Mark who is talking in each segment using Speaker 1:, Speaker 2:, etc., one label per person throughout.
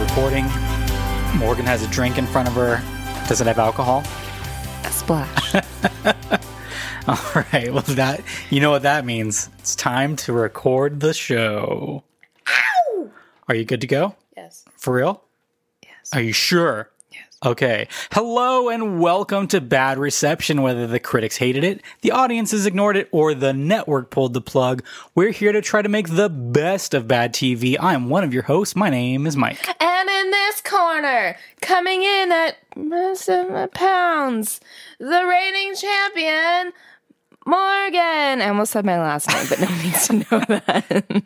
Speaker 1: recording. Morgan has a drink in front of her. Does it have alcohol?
Speaker 2: A splash.
Speaker 1: All right. Well, that you know what that means. It's time to record the show. Are you good to go?
Speaker 2: yes.
Speaker 1: For real?
Speaker 2: Yes.
Speaker 1: Are you sure?
Speaker 2: Yes.
Speaker 1: Okay. Hello and welcome to Bad Reception. Whether the critics hated it, the audiences ignored it, or the network pulled the plug, we're here to try to make the best of bad TV. I'm one of your hosts. My name is Mike.
Speaker 2: And in this corner, coming in at seven pounds, the reigning champion, Morgan. I almost said my last name, but no one needs to know that.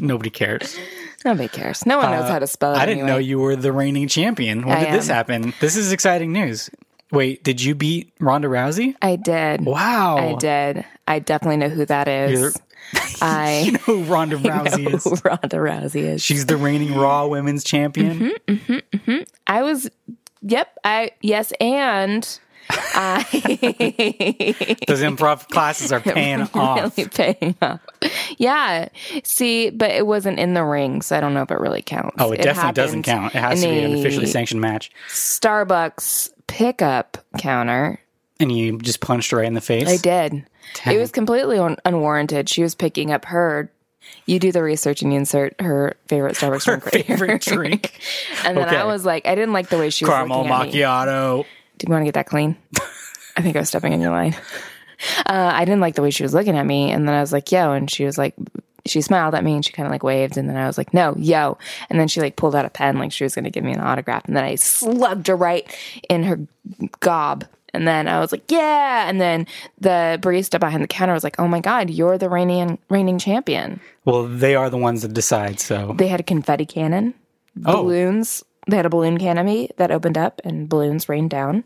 Speaker 1: Nobody cares.
Speaker 2: Nobody cares. No one knows how to spell it.
Speaker 1: Uh, I didn't
Speaker 2: anyway.
Speaker 1: know you were the reigning champion. When
Speaker 2: I
Speaker 1: did this
Speaker 2: am.
Speaker 1: happen? This is exciting news. Wait, did you beat Ronda Rousey?
Speaker 2: I did.
Speaker 1: Wow.
Speaker 2: I did. I definitely know who that is. I
Speaker 1: You know who Ronda
Speaker 2: know
Speaker 1: Rousey
Speaker 2: who
Speaker 1: is.
Speaker 2: Ronda Rousey is.
Speaker 1: She's the reigning Raw Women's Champion.
Speaker 2: Mm-hmm. I was. Yep. I yes, and I.
Speaker 1: Those improv classes are paying off.
Speaker 2: really paying off. Yeah. See, but it wasn't in the ring, so I don't know if it really counts.
Speaker 1: Oh, it, definitely doesn't
Speaker 2: happened
Speaker 1: count. It has to
Speaker 2: in
Speaker 1: be an
Speaker 2: a
Speaker 1: officially sanctioned match.
Speaker 2: Starbucks pickup counter.
Speaker 1: And you just punched her right in the face.
Speaker 2: I did.
Speaker 1: Dang.
Speaker 2: It was completely un- unwarranted. She was picking up her. You do the research and you insert her favorite Starbucks
Speaker 1: Her
Speaker 2: drink right here.
Speaker 1: favorite drink.
Speaker 2: and then
Speaker 1: Okay.
Speaker 2: I was like, I didn't like the way she was
Speaker 1: Caramel
Speaker 2: looking at me.
Speaker 1: macchiato.
Speaker 2: Do you want to get that clean? I think I was stepping in your line. Uh, I didn't like the way she was looking at me. And then I was like, yo. And she was like, she smiled at me and she kind of like waved. And then I was like, no, yo. And then she like pulled out a pen like she was going to give me an autograph. And then I slugged her right in her gob. And then I was like, yeah. And then the barista behind the counter was like, oh my God, you're the reigning, reigning champion.
Speaker 1: Well, they are the ones that decide, so
Speaker 2: They had a confetti cannon,
Speaker 1: Oh.
Speaker 2: balloons. They had a balloon canopy that opened up and balloons rained down.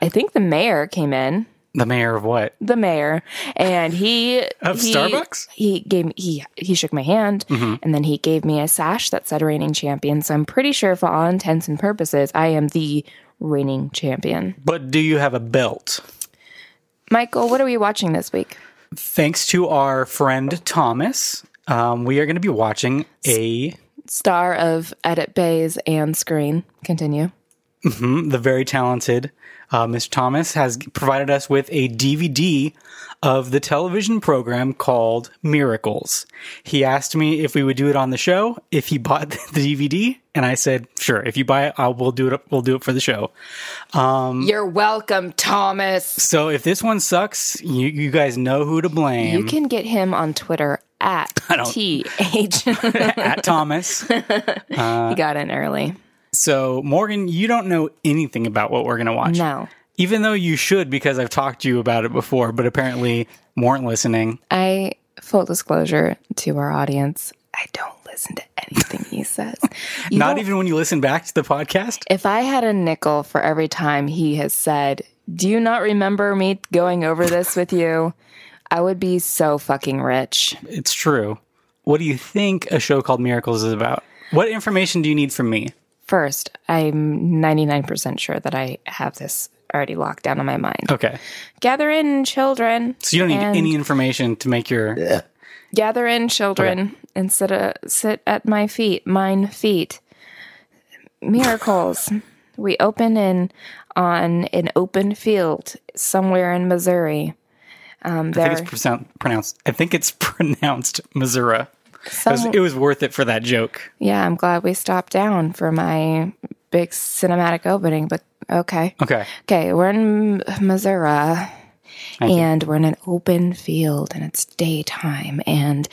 Speaker 2: I think the mayor came in,
Speaker 1: the mayor of what?
Speaker 2: the mayor, and he
Speaker 1: Of
Speaker 2: he-
Speaker 1: Starbucks? Mm-hmm.
Speaker 2: He gave me he he shook my hand, and then he gave me a sash that said reigning champion. So I'm pretty sure, for all intents and purposes, I am the reigning champion.
Speaker 1: But do you have a belt?
Speaker 2: Michael, what are we watching this week?
Speaker 1: Thanks to our friend Thomas, um, we are going to be watching a
Speaker 2: Star of Edit Bays and Screen. Continue.
Speaker 1: the very talented uh, Mr. Thomas has provided us with a DVD of the television program called Miracles. He asked me if we would do it on the show, if he bought the DVD, and I said, "Sure, if you buy it, I will do it. We'll do it for the show."
Speaker 2: You're welcome, Thomas.
Speaker 1: So if this one sucks, you, you guys know who to blame.
Speaker 2: You can get him on Twitter at
Speaker 1: don't- Uh.
Speaker 2: TH.
Speaker 1: at Thomas.
Speaker 2: he got in early.
Speaker 1: So Morgan, you don't know anything about what we're going to watch.
Speaker 2: No.
Speaker 1: Even though you should, because I've talked to you about it before, but apparently weren't listening.
Speaker 2: I, full disclosure to our audience, I don't listen to anything he says. You
Speaker 1: Not
Speaker 2: don't-
Speaker 1: even when you listen back to the podcast.
Speaker 2: If I had a nickel for every time he has said, Do you not remember me going over this with you? I would be so fucking rich.
Speaker 1: It's true. What do you think a show called Miracles is about? What information do you need from me?
Speaker 2: First, I'm 99% sure that I have this already locked down in my mind.
Speaker 1: Okay.
Speaker 2: Gather in, children.
Speaker 1: So you don't need
Speaker 2: And-
Speaker 1: any information to make your
Speaker 2: Gather in, children, and sit, uh, sit at my feet, mine feet. Miracles. we open in on an open field somewhere in Missouri. Um,
Speaker 1: I
Speaker 2: there,
Speaker 1: think it's pronoun- pronounced I think it's pronounced Missouri. It was,
Speaker 2: some,
Speaker 1: it was worth it for that joke.
Speaker 2: yeah, I'm glad we stopped down for my big cinematic opening, but okay.
Speaker 1: Okay.
Speaker 2: Okay, we're in Missouri. And we're in an open field and it's daytime and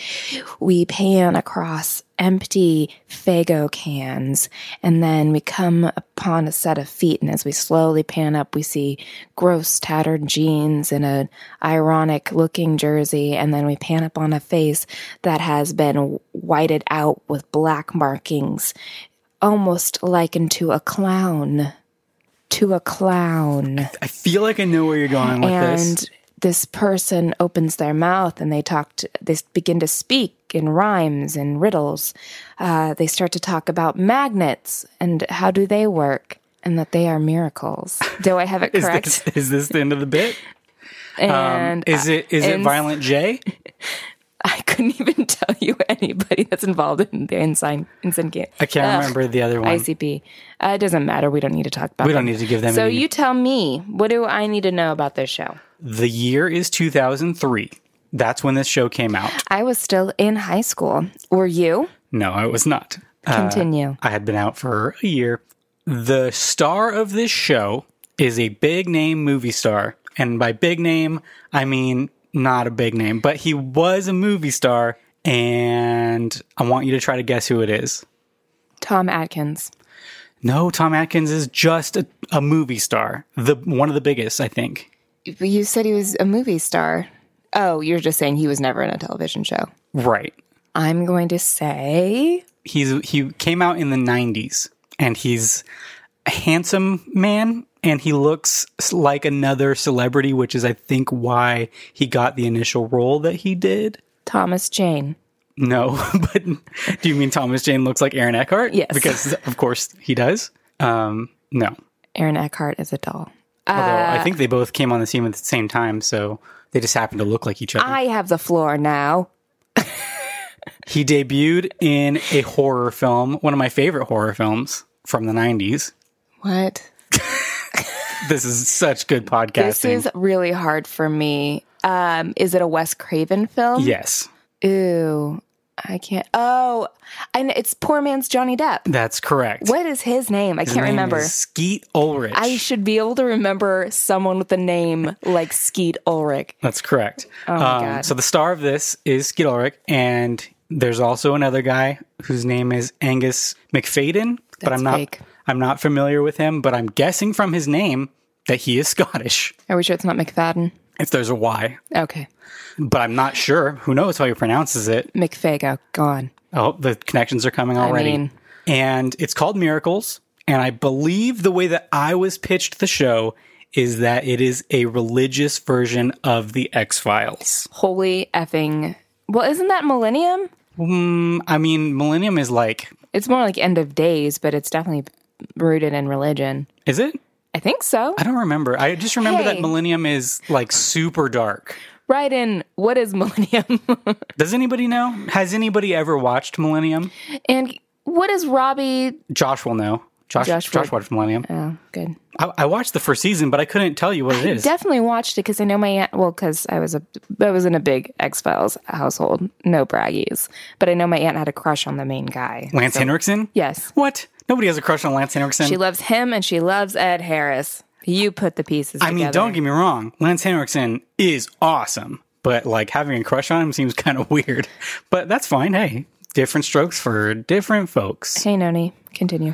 Speaker 2: we pan across empty Fago cans and then we come upon a set of feet and as we slowly pan up we see gross tattered jeans and an ironic looking jersey and then we pan up on a face that has been whited out with black markings almost likened to a clown to a clown
Speaker 1: I feel like I know where you're going with
Speaker 2: and
Speaker 1: this.
Speaker 2: this person opens their mouth and they talk to, they begin to speak in rhymes and riddles uh, they start to talk about magnets and how do they work and that they are miracles do i have it
Speaker 1: Is
Speaker 2: correct
Speaker 1: this, is this the end of the bit?
Speaker 2: and
Speaker 1: Is it is it
Speaker 2: and-
Speaker 1: Violent J?
Speaker 2: I couldn't even tell you anybody that's involved in the insane insane game.
Speaker 1: I can't
Speaker 2: Ugh,
Speaker 1: remember the other one.
Speaker 2: ICP. Uh, it doesn't matter. We don't need to talk about.
Speaker 1: We don't
Speaker 2: them.
Speaker 1: need to give them
Speaker 2: So
Speaker 1: any-
Speaker 2: you tell me, what do I need to know about this show?
Speaker 1: The year is 2003. That's when this show came out.
Speaker 2: I was still in high school. Were you?
Speaker 1: No, I was not.
Speaker 2: Continue.
Speaker 1: I had been out for a year. The star of this show is a big name movie star. And by big name, I mean not a big name, but he was a movie star. And I want you to try to guess who it is.
Speaker 2: Tom Atkins.
Speaker 1: No, Tom Atkins is just a, a movie star. The one of the biggest, I think.
Speaker 2: You said he was a movie star. Oh, you're just saying he was never in a television show.
Speaker 1: Right.
Speaker 2: I'm going to say
Speaker 1: He's he came out in the 90s and he's a handsome man and he looks like another celebrity, which is I think why he got the initial role that he did.
Speaker 2: Thomas Jane.
Speaker 1: No, but do you mean Thomas Jane looks like Aaron Eckhart?
Speaker 2: Yes.
Speaker 1: Because of course he does. Um no.
Speaker 2: Aaron Eckhart is a doll.
Speaker 1: Although I think they both came on the scene at the same time, so they just happened to look like each other.
Speaker 2: I have the floor now.
Speaker 1: He debuted in a horror film, one of my favorite horror films from the 90s.
Speaker 2: What?
Speaker 1: This is such good podcasting.
Speaker 2: This is really hard for me. Um, is it a Wes Craven film?
Speaker 1: yes,
Speaker 2: Ooh, I can't. Oh, I know, it's poor man's Johnny Depp.
Speaker 1: that's correct.
Speaker 2: What is his name? I
Speaker 1: His
Speaker 2: can't
Speaker 1: name
Speaker 2: remember.
Speaker 1: is Skeet Ulrich.
Speaker 2: I should be able to remember someone with a name like Skeet Ulrich.
Speaker 1: that's correct. Oh
Speaker 2: my God.
Speaker 1: So the star of this is Skeet Ulrich, and there's also another guy whose name is Angus McFadden, but
Speaker 2: That's
Speaker 1: I'm not.
Speaker 2: fake.
Speaker 1: I'm not familiar with him, but I'm guessing from his name that he is Scottish.
Speaker 2: Are we sure it's not McFadden?
Speaker 1: If there's a Y,
Speaker 2: Okay.
Speaker 1: but I'm not sure. Who knows how he pronounces it?
Speaker 2: McFago, gone.
Speaker 1: Oh, the connections are coming already.
Speaker 2: mean-
Speaker 1: and it's called Miracles. And I believe the way that I was pitched the show is that it is a religious version of the X Files.
Speaker 2: Holy effing. Well, isn't that Millennium?
Speaker 1: I mean, Millennium is like,
Speaker 2: It's more like end of days, but it's definitely rooted in religion.
Speaker 1: is it?
Speaker 2: I think so.
Speaker 1: I don't remember. I just remember that
Speaker 2: Hey.
Speaker 1: Millennium is like super dark.
Speaker 2: Right in what is Millennium?
Speaker 1: Does anybody know? Has anybody ever watched Millennium?
Speaker 2: and what is Robbie?
Speaker 1: Josh will know. Josh, Josh,
Speaker 2: Josh would.
Speaker 1: watched Millennium.
Speaker 2: Oh, good.
Speaker 1: I, I watched the first season, but I couldn't tell you what it is.
Speaker 2: Definitely watched it because I know my aunt. Well, because I was a I was in a big X Files household. No braggies, but I know my aunt had a crush on the main guy.
Speaker 1: Lance Henriksen?
Speaker 2: Yes,
Speaker 1: What? Nobody has a crush on Lance Henriksen.
Speaker 2: she loves him and she loves Ed Harris. You put the pieces.
Speaker 1: I mean, don't get me wrong, Lance Henriksen is awesome, but like having a crush on him seems kind of weird. But that's fine. Hey, different strokes for different folks.
Speaker 2: Hey, Noni, continue.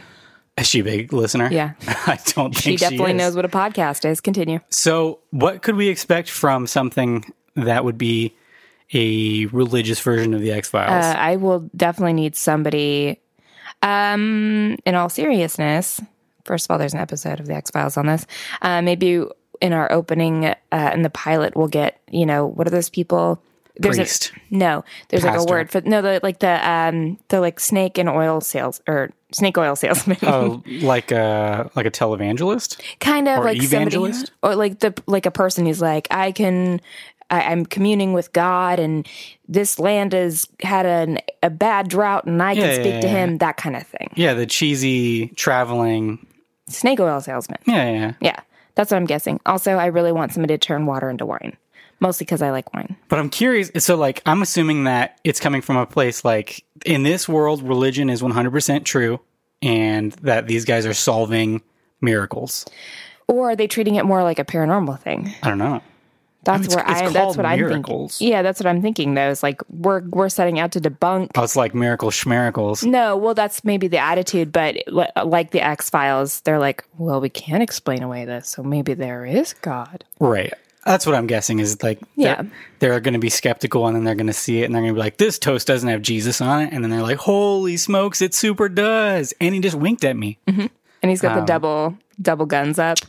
Speaker 1: Is she a big listener?
Speaker 2: Yeah.
Speaker 1: I don't think
Speaker 2: She definitely
Speaker 1: is.
Speaker 2: knows what a podcast is. Continue.
Speaker 1: So, what could we expect from something that would be a religious version of the X Files?
Speaker 2: Uh, I will definitely need somebody. Um, in all seriousness, first of all, there's an episode of the X Files on this. Uh, maybe in our opening, uh, in the pilot, we'll get you know what are those people? There's
Speaker 1: Priest.
Speaker 2: a no. There's like
Speaker 1: Pastor.
Speaker 2: a word for no, the, like the um, the like snake and oil sales or snake oil salesman,
Speaker 1: Oh, like a like a televangelist?
Speaker 2: kind of
Speaker 1: or
Speaker 2: like
Speaker 1: evangelist?
Speaker 2: somebody or like the like a person who's like I can. I, I'm communing with God, and this land has had an, a bad drought, and I
Speaker 1: Yeah,
Speaker 2: can speak
Speaker 1: yeah,
Speaker 2: to
Speaker 1: yeah,
Speaker 2: Him. That kind of thing.
Speaker 1: Yeah, the cheesy traveling.
Speaker 2: snake oil salesman.
Speaker 1: Yeah, yeah, yeah.
Speaker 2: Yeah, that's what I'm guessing. Also, I really want somebody to turn water into wine, mostly because I like wine.
Speaker 1: But I'm curious. So, like, I'm assuming that it's coming from a place like in this world, religion is 100% true and that these guys are solving miracles.
Speaker 2: Or are they treating it more like a paranormal thing?
Speaker 1: I don't know.
Speaker 2: That's
Speaker 1: It's-
Speaker 2: where
Speaker 1: it's
Speaker 2: I.
Speaker 1: called
Speaker 2: That's what I'm
Speaker 1: miracles.
Speaker 2: thinking. Yeah, that's what I'm thinking. Though, is like we're we're setting out to debunk.
Speaker 1: Oh, it's like miracle schmiracles.
Speaker 2: No, well, that's maybe the attitude, but li- like the X Files, they're like, well, we can't explain away this, so maybe there is God.
Speaker 1: Right. That's what I'm guessing is like, they're-
Speaker 2: Yeah.
Speaker 1: they're, going to be skeptical and then they're going to see it and they're going to be like, this toast doesn't have Jesus on it. And then they're like, holy smokes, it super does. And he just winked at me.
Speaker 2: Mm-hmm. And he's got the double double guns up,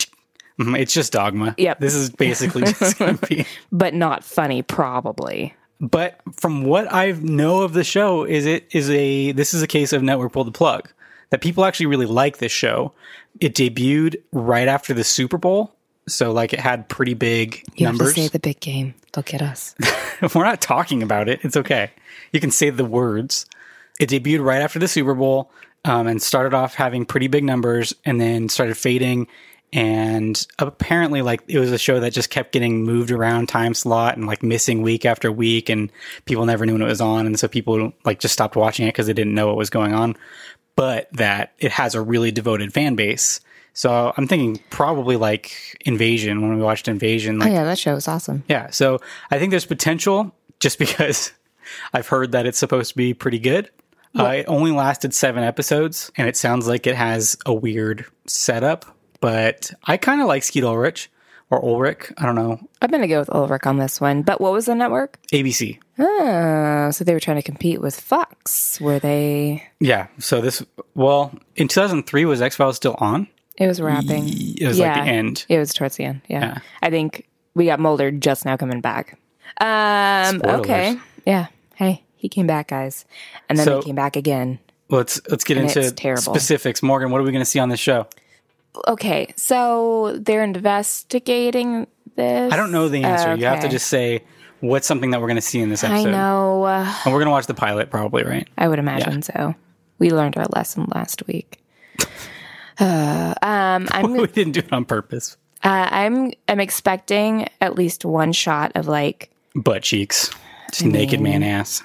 Speaker 1: Mhm, It's just dogma.
Speaker 2: Yep.
Speaker 1: This is basically just going to be.
Speaker 2: but not funny, probably.
Speaker 1: but from what I know of the show, is it is a this is a case of network pull the plug that people actually really like this show. It debuted right after the Super Bowl, So like it had pretty big
Speaker 2: You
Speaker 1: numbers.
Speaker 2: have to say the big game. They'll get us.
Speaker 1: We're not talking about it. It's okay. You can say the words. It debuted right after the Super Bowl um, and started off having pretty big numbers and then started fading. And apparently, like, it was a show that just kept getting moved around time slot and like missing week after week. And people never knew when it was on. And so people like just stopped watching it because they didn't know what was going on. But that it has a really devoted fan base. So I'm thinking probably like Invasion when we watched Invasion. Like,
Speaker 2: Oh yeah, that show was awesome.
Speaker 1: yeah. So I think there's potential just because I've heard that it's supposed to be pretty good. Uh, it only lasted seven episodes, and it sounds like it has a weird setup, but I kind of like Skeet Ulrich or Ulrich. I don't know.
Speaker 2: I'm gonna go with Ulrich on this one. But what was the network?
Speaker 1: ABC.
Speaker 2: Oh, so they were trying to compete with Fox. Were they?
Speaker 1: Yeah. So this, well, in 2003, was X Files still on?
Speaker 2: It was wrapping.
Speaker 1: It was like the end.
Speaker 2: It was towards the end. Yeah. I think we got Mulder just now coming back. Um.
Speaker 1: Spoilers.
Speaker 2: Okay. Yeah. Hey, he came back, guys, and then
Speaker 1: So-
Speaker 2: he came back again.
Speaker 1: Let's let's get
Speaker 2: And
Speaker 1: into
Speaker 2: it's terrible.
Speaker 1: specifics. Morgan, what are we going to see on this show?
Speaker 2: Okay, so they're investigating this.
Speaker 1: I don't know the answer. You have to
Speaker 2: Okay.
Speaker 1: just say what's something that we're going to see in this
Speaker 2: I
Speaker 1: episode.
Speaker 2: know. Uh,
Speaker 1: And we're going to watch the pilot probably, right?
Speaker 2: I would imagine so. We learned our lesson last week. Uh, um, I'm
Speaker 1: we didn't do it on purpose.
Speaker 2: uh, I'm I'm expecting at least one shot of like
Speaker 1: Butt cheeks, just naked man ass.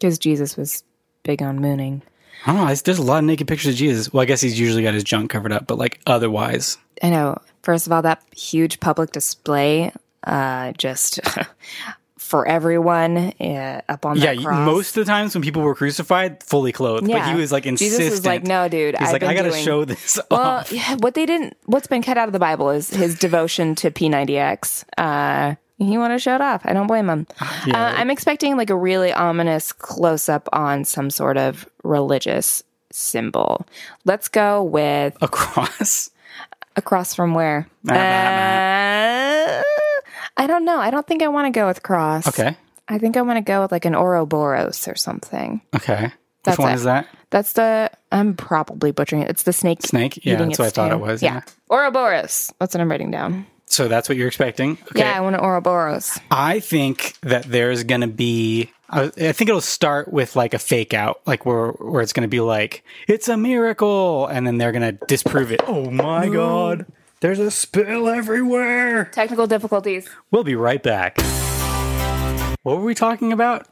Speaker 2: because Jesus was big on mooning,
Speaker 1: I don't know. I- There's a lot of naked pictures of Jesus. Well, I guess he's usually got his junk covered up, but like otherwise,
Speaker 2: I know. First of all, that huge public display, uh, just for everyone uh, up on
Speaker 1: yeah.
Speaker 2: that
Speaker 1: you-
Speaker 2: cross.
Speaker 1: Most of the times when people were crucified, fully clothed, but
Speaker 2: Yeah.
Speaker 1: he was like
Speaker 2: Jesus was
Speaker 1: insistent.
Speaker 2: like, "No, dude,
Speaker 1: He's
Speaker 2: I've
Speaker 1: like,
Speaker 2: been
Speaker 1: I gotta
Speaker 2: doing-
Speaker 1: show this
Speaker 2: Well,
Speaker 1: off.
Speaker 2: yeah, what they didn't, what's been cut out of the Bible is his devotion to P90X. Uh, he wanted to show it off. I don't blame him.
Speaker 1: Ah,
Speaker 2: Uh, I'm expecting like a really ominous close up on some sort of religious symbol. Let's go with
Speaker 1: Across.
Speaker 2: across from where?
Speaker 1: uh,
Speaker 2: Uh, I don't know. I don't think I want to go with cross.
Speaker 1: Okay.
Speaker 2: I think I want to go with like an Ouroboros or something.
Speaker 1: Okay.
Speaker 2: That's
Speaker 1: Which one
Speaker 2: it.
Speaker 1: is that?
Speaker 2: That's the, I'm probably butchering it. It's the snake.
Speaker 1: Snake? Yeah,
Speaker 2: eating
Speaker 1: that's what I
Speaker 2: its
Speaker 1: thought
Speaker 2: tail.
Speaker 1: it was.
Speaker 2: Yeah.
Speaker 1: yeah.
Speaker 2: Ouroboros. That's what I'm writing down.
Speaker 1: So that's what you're expecting. Okay.
Speaker 2: Yeah, I want an Ouroboros.
Speaker 1: I think that there's going to be. I I think it'll start with like a fake out, like where where it's going to be like it's a miracle, and then they're going to disprove it. Oh my god! There's a spill everywhere.
Speaker 2: Technical difficulties.
Speaker 1: We'll be right back. What were we talking about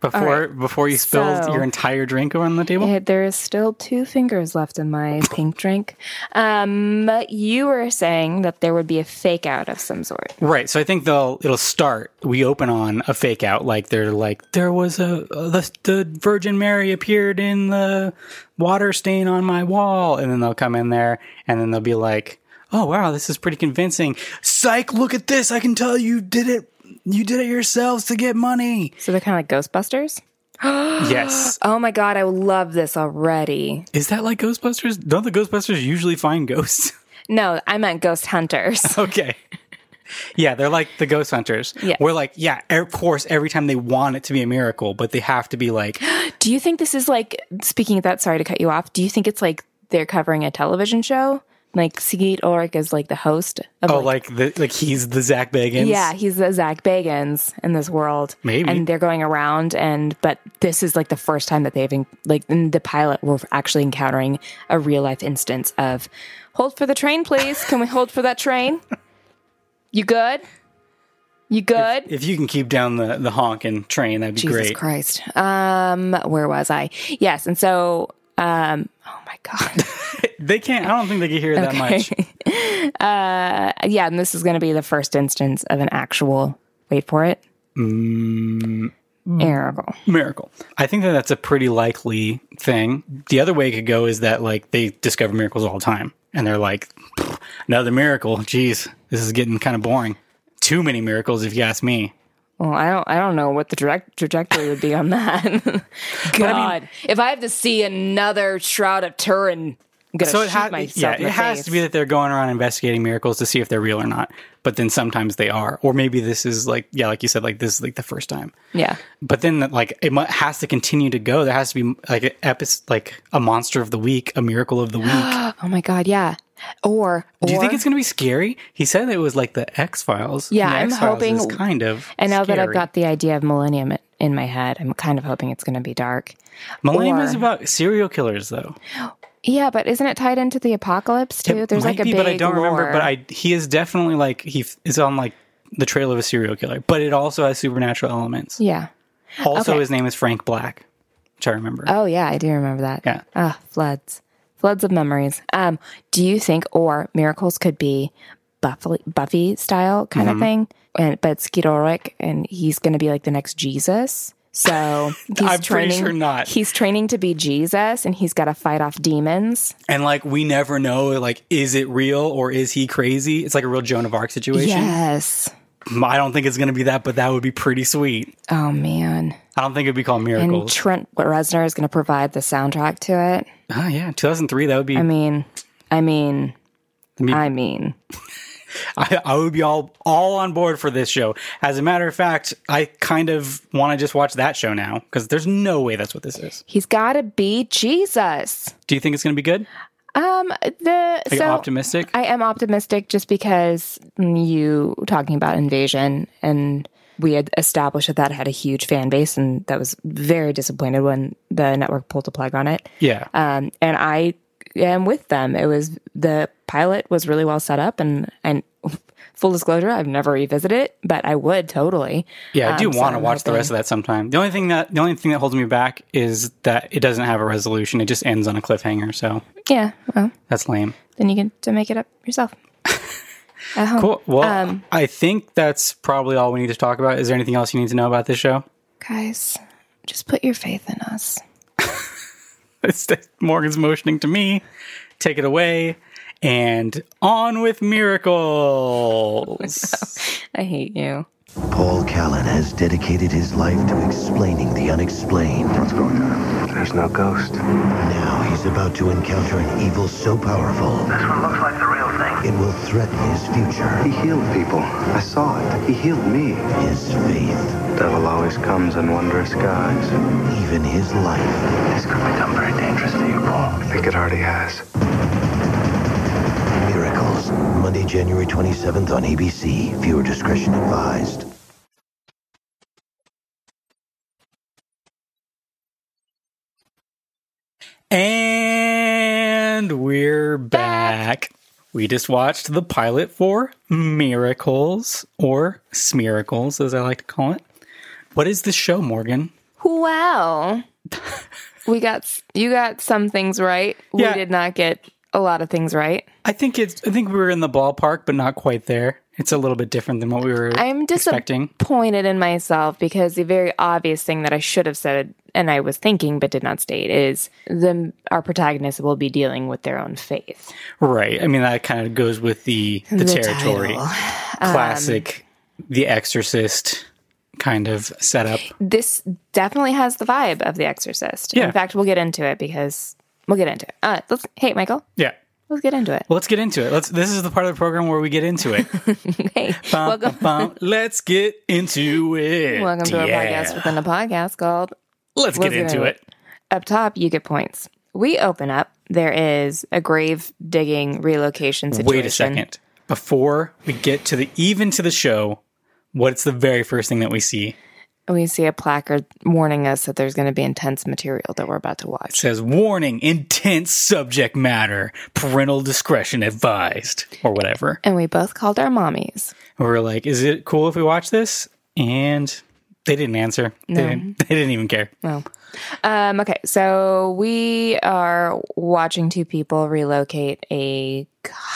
Speaker 1: before before you spilled
Speaker 2: So-
Speaker 1: your entire drink on the table?
Speaker 2: Yeah, Eh, there is still two fingers left in my pink drink. Um, you were saying that there would be a fake out of some sort.
Speaker 1: Right. So I think they'll it'll start. We open on a fake out, like they're like there was a the, the Virgin Mary appeared in the water stain on my wall, and then they'll come in there, and then they'll be like, "Oh wow, this is pretty convincing." Psych! Look at this. I can tell you did it. You did it yourselves to get money.
Speaker 2: So they're kind of like Ghostbusters.
Speaker 1: yes.
Speaker 2: Oh my god, I love this already.
Speaker 1: Is that like Ghostbusters? Don't the Ghostbusters usually find ghosts?
Speaker 2: No, I meant Ghost Hunters.
Speaker 1: okay. Yeah, they're like the ghost hunters.
Speaker 2: Yeah.
Speaker 1: We're like, yeah, of course, every time they want it to be a miracle, but they have to be like,
Speaker 2: do you think this is like speaking of that? Sorry to cut you off. Do you think it's like they're covering a television show? Like Sigurd Ulrich is like the host of
Speaker 1: Oh,
Speaker 2: like,
Speaker 1: like the, like he's the Zach Bagans.
Speaker 2: Yeah, he's the Zach Bagans in this world.
Speaker 1: Maybe.
Speaker 2: And they're going around and but this is like the first time that they've en- like in the pilot we're actually encountering a real life instance of hold for the train please. Can we hold for that train? You good? You good?
Speaker 1: If you can keep down the the honking train, that'd be
Speaker 2: Jesus
Speaker 1: great.
Speaker 2: Christ. Um where was I? Yes, and so um oh my god.
Speaker 1: They can't. I don't think they can hear that much.
Speaker 2: yeah, and this is going to be the first instance of an actual wait for it. Mm. Miracle.
Speaker 1: Miracle. I think that that's a pretty likely thing. The other way it could go is that like they discover miracles all the time, and they're like, "Pfft, another miracle. Jeez, this is getting kind of boring. Too many miracles, if you ask me.
Speaker 2: Well, I don't. I don't know what the direct trajectory would be on that. God, if I have to see another shroud of Turin, I'm gonna
Speaker 1: So it
Speaker 2: shoot
Speaker 1: has,
Speaker 2: myself.
Speaker 1: yeah,
Speaker 2: in the
Speaker 1: it has
Speaker 2: face.
Speaker 1: to be that they're going around investigating miracles to see if they're real or not. But then sometimes they are, or maybe this is like, yeah, like you said, like this is like the first time.
Speaker 2: Yeah,
Speaker 1: but then like it mu- has to continue to go there has to be like an epi- like a monster of the week a miracle of the week
Speaker 2: Oh my God, yeah. Or,
Speaker 1: Do you
Speaker 2: or-
Speaker 1: think it's going to be scary? He said it was like the X Files.
Speaker 2: Yeah, I'm hoping-
Speaker 1: kind of.
Speaker 2: and now that I've
Speaker 1: scary.
Speaker 2: got the idea of Millennium in- in my head, I'm kind of hoping it's going to be dark.
Speaker 1: Millennium
Speaker 2: or-
Speaker 1: is about serial killers, though.
Speaker 2: Yeah, but isn't it tied into the apocalypse too?
Speaker 1: It
Speaker 2: There's
Speaker 1: might
Speaker 2: like a
Speaker 1: be,
Speaker 2: big
Speaker 1: but I don't remember.
Speaker 2: lore.
Speaker 1: But I he is definitely like he f- is on like the trail of a serial killer, but it also has supernatural elements.
Speaker 2: yeah.
Speaker 1: Also,
Speaker 2: Okay.
Speaker 1: his name is Frank Black, which I remember.
Speaker 2: Oh yeah, I do remember that.
Speaker 1: Yeah.
Speaker 2: Ah, floods, floods of memories. Um, do you think or miracles could be Buffy, Buffy style kind
Speaker 1: Mm-hmm.
Speaker 2: of thing? And but it's Skidoric, and he's going to be like the next Jesus. So he's
Speaker 1: I'm pretty
Speaker 2: training,
Speaker 1: sure not.
Speaker 2: He's training to be Jesus, and he's got to fight off demons.
Speaker 1: and like we never know, like is it real or is he crazy? It's like a real Joan of Arc situation.
Speaker 2: Yes.
Speaker 1: I don't think it's going to be that, but that would be pretty sweet.
Speaker 2: Oh man.
Speaker 1: I don't think it'd be called
Speaker 2: And
Speaker 1: Miracles.
Speaker 2: Trent Reznor is going to provide the soundtrack to it.
Speaker 1: oh yeah, 2003. That would be.
Speaker 2: I mean, I mean,
Speaker 1: mean-
Speaker 2: I mean,
Speaker 1: I, I would be all all on board for this show. As a matter of fact, I kind of want to just watch that show now because there's no way that's what this is.
Speaker 2: he's got to be Jesus.
Speaker 1: Do you think it's going to be good?
Speaker 2: Um, the
Speaker 1: Like
Speaker 2: so
Speaker 1: optimistic?
Speaker 2: I am optimistic just because you talking about invasion and we had established that that had a huge fan base and that was very disappointed when the network pulled the plug on it.
Speaker 1: yeah.
Speaker 2: Um, and I am with them. It was the pilot was really well set up and and full disclosure, I've never revisited it, but I would totally.
Speaker 1: yeah, I do
Speaker 2: um, so
Speaker 1: want to
Speaker 2: I'm
Speaker 1: watch the
Speaker 2: hoping-
Speaker 1: rest of that sometime. The only thing that the only thing that holds me back is that it doesn't have a resolution. It just ends on a cliffhanger, so
Speaker 2: Yeah. Well,
Speaker 1: that's lame.
Speaker 2: then you get to make it up yourself. At home.
Speaker 1: Cool. Well,
Speaker 2: Um,
Speaker 1: I think that's probably all we need to talk about. Is there anything else you need to know about this show?
Speaker 2: Guys, just put your faith in us.
Speaker 1: It's Morgan's motioning to me. Take it away. And on with miracles.
Speaker 2: I hate you.
Speaker 3: Paul Callan has dedicated his life to explaining the unexplained.
Speaker 4: What's going on? There's no ghost. This
Speaker 3: Now he's about to encounter an evil so powerful
Speaker 4: one looks like the real thing.
Speaker 3: it will threaten his future,
Speaker 4: He healed people. I saw it. He healed me.
Speaker 3: his faith,
Speaker 4: Devil always comes in wondrous guise.
Speaker 3: even his life.
Speaker 4: This could become very dangerous to you, Paul. I think it already has.
Speaker 3: Miracles. Monday, January 27th on ABC. Viewer discretion advised.
Speaker 1: And we're back. We just watched the pilot for Miracles or Smiracles, as I like to call it. What is this show, Morgan?
Speaker 2: Well, we got s- you got some things right.
Speaker 1: Yeah.
Speaker 2: We did not get a lot of things right.
Speaker 1: I think it's. I think we were in the ballpark, but not quite there. It's a little bit different than what we were
Speaker 2: I'm
Speaker 1: expecting.
Speaker 2: disappointed in myself because the very obvious thing that I should have said and I was thinking but did not state is the our protagonists will be dealing with their own faith.
Speaker 1: Right. I mean, that kind of goes with the the, territory.
Speaker 2: title. Um,
Speaker 1: Classic, The Exorcist kind of setup.
Speaker 2: This definitely has the vibe of The Exorcist.
Speaker 1: Yeah.
Speaker 2: In fact, we'll get into it because we'll get into it. Uh, let's hey Michael,
Speaker 1: Yeah.
Speaker 2: let's get into it.
Speaker 1: Well, let's get into it. Let's. This is the part of the program where we get into it.
Speaker 2: Hey,
Speaker 1: Bum,
Speaker 2: welcome.
Speaker 1: bum, bum. Let's get into it.
Speaker 2: Welcome to our
Speaker 1: Yeah.
Speaker 2: podcast within a podcast called
Speaker 1: Let's get
Speaker 2: Let's
Speaker 1: into
Speaker 2: get
Speaker 1: it.
Speaker 2: it. Up Top You Get Points. We open up. There is a grave digging relocation situation.
Speaker 1: Wait a second. Before we get to the even to the show, what's the very first thing that we see? It
Speaker 2: We see a placard warning us that there's going to be intense material that we're about to watch.
Speaker 1: says warning, intense subject matter, parental discretion advised, or whatever.
Speaker 2: And we both called our mommies.
Speaker 1: And we're like, is it cool if we watch this? And they didn't answer. They, didn't, they didn't even care.
Speaker 2: Um, okay, so we are watching two people relocate a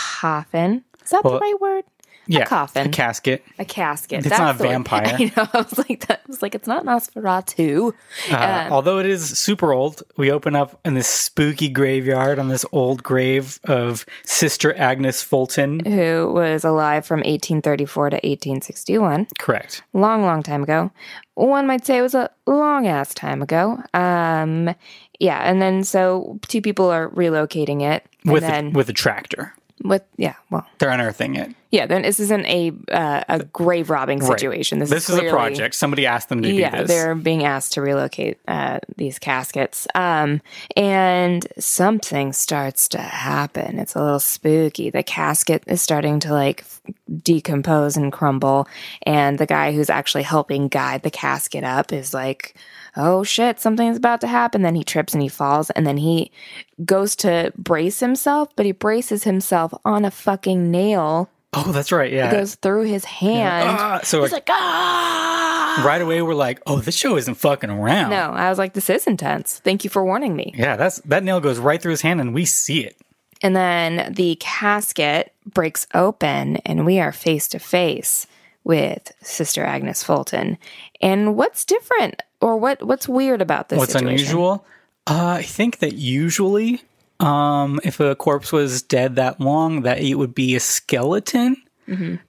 Speaker 2: coffin. Is that
Speaker 1: Well,
Speaker 2: the right word?
Speaker 1: yeah,
Speaker 2: a coffin,
Speaker 1: A casket.
Speaker 2: a casket.
Speaker 1: It's not a
Speaker 2: the word.
Speaker 1: vampire.
Speaker 2: I know. I was like, that I was like, it's not Nosferatu.
Speaker 1: Uh,
Speaker 2: Um,
Speaker 1: although it is super old, we open up in this spooky graveyard on this old grave of Sister Agnes Fulton.
Speaker 2: who was alive from 1834 to 1861,
Speaker 1: Correct.
Speaker 2: long, long time ago. One might say it was a long ass time ago. Um, yeah, and then so two people are relocating it, and
Speaker 1: With a,
Speaker 2: then
Speaker 1: with a tractor.
Speaker 2: with yeah, well,
Speaker 1: They're unearthing it.
Speaker 2: Yeah, then this isn't a uh, a grave robbing
Speaker 1: Right.
Speaker 2: situation. This,
Speaker 1: This
Speaker 2: is,
Speaker 1: is a
Speaker 2: clearly-
Speaker 1: project. Somebody asked them to do
Speaker 2: Yeah,
Speaker 1: this.
Speaker 2: they're being asked to relocate uh, these caskets, um, and something starts to happen. It's a little spooky. The casket is starting to like f- decompose and crumble, and the guy who's actually helping guide the casket up is like, "Oh shit, something's about to happen." Then he trips and he falls, and then he goes to brace himself, but he braces himself on a fucking nail
Speaker 1: Oh, that's right. Yeah.
Speaker 2: goes through his hand.
Speaker 1: Ah, so
Speaker 2: He's like, ah!
Speaker 1: right away we're like, oh, this show isn't fucking around.
Speaker 2: No, I was like, this is intense. Thank you for warning me.
Speaker 1: Yeah, that's that nail goes right through his hand, and we see it.
Speaker 2: And then the casket breaks open, and we are face to face with Sister Agnes Fulton. And what's different, or what what's weird about this?
Speaker 1: What's
Speaker 2: situation?
Speaker 1: unusual? Uh, I think that usually, um, if a corpse was dead that long, that it would be a skeleton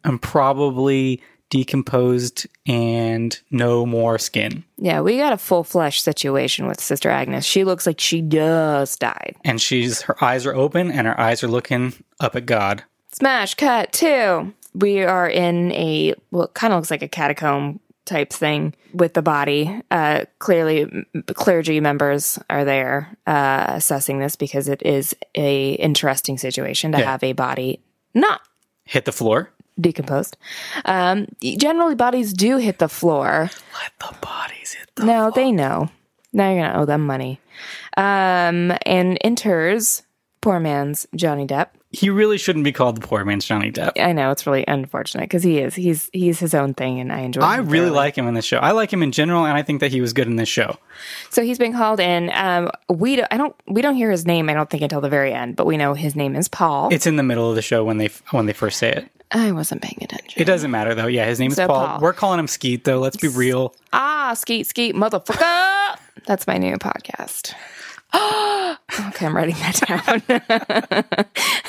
Speaker 1: and probably decomposed and no more skin.
Speaker 2: Yeah, we got a full flesh situation with Sister Agnes. She looks like she just died.
Speaker 1: And she's her eyes are open and her eyes are looking up at God.
Speaker 2: Smash cut two. We are in a what kind of looks like a catacomb type thing with the body. Uh, clearly, m- clergy members are there uh, assessing this because it is a interesting situation to
Speaker 1: Yeah.
Speaker 2: have a body not
Speaker 1: Hit the floor.
Speaker 2: decomposed. Um, generally, bodies do hit the floor.
Speaker 1: Let the bodies hit the
Speaker 2: No, they know. Now you're gonna owe them money. Um, and enters poor man's Johnny Depp.
Speaker 1: He really shouldn't be called the poor man's Johnny Depp.
Speaker 2: I know it's really unfortunate because he is he's he's his own thing, and I enjoy.
Speaker 1: I
Speaker 2: him
Speaker 1: really
Speaker 2: thoroughly.
Speaker 1: like him in this show. I like him in general, and I think that he was good in this show.
Speaker 2: So he's been called in. Um, we don't, I don't we don't hear his name. I don't think until the very end, but we know his name is Paul.
Speaker 1: It's in the middle of the show when they when they first say it.
Speaker 2: I wasn't paying attention.
Speaker 1: It doesn't matter though. Yeah, his name is
Speaker 2: So
Speaker 1: Paul.
Speaker 2: Paul.
Speaker 1: We're calling him Skeet though. Let's be real.
Speaker 2: ah, skeet skeet, motherfucker. That's my new podcast. okay, I'm writing that down.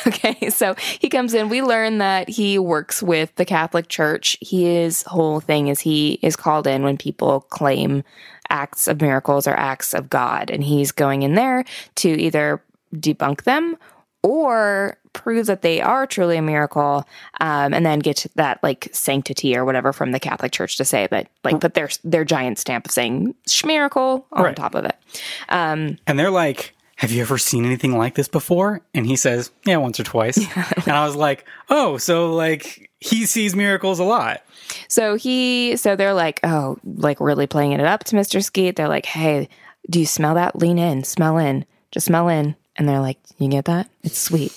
Speaker 2: okay, so he comes in. We learn that he works with the Catholic Church. His whole thing is he is called in when people claim acts of miracles or acts of God, and he's going in there to either debunk them or prove that they are truly a miracle, um, and then get to that like sanctity or whatever from the Catholic Church to say that like put their their giant stamp of saying schmiracle on
Speaker 1: Right.
Speaker 2: top of it.
Speaker 1: And they're like, "Have you ever seen anything like this before?" And he says, "Yeah, once or twice." and I was like, "Oh, so like he sees miracles a lot."
Speaker 2: So he, so they're like, oh, like really playing it up to Mr. Skeet. They're like, hey, do you smell that? Lean in, smell in, just smell in. And they're like, you get that? It's sweet.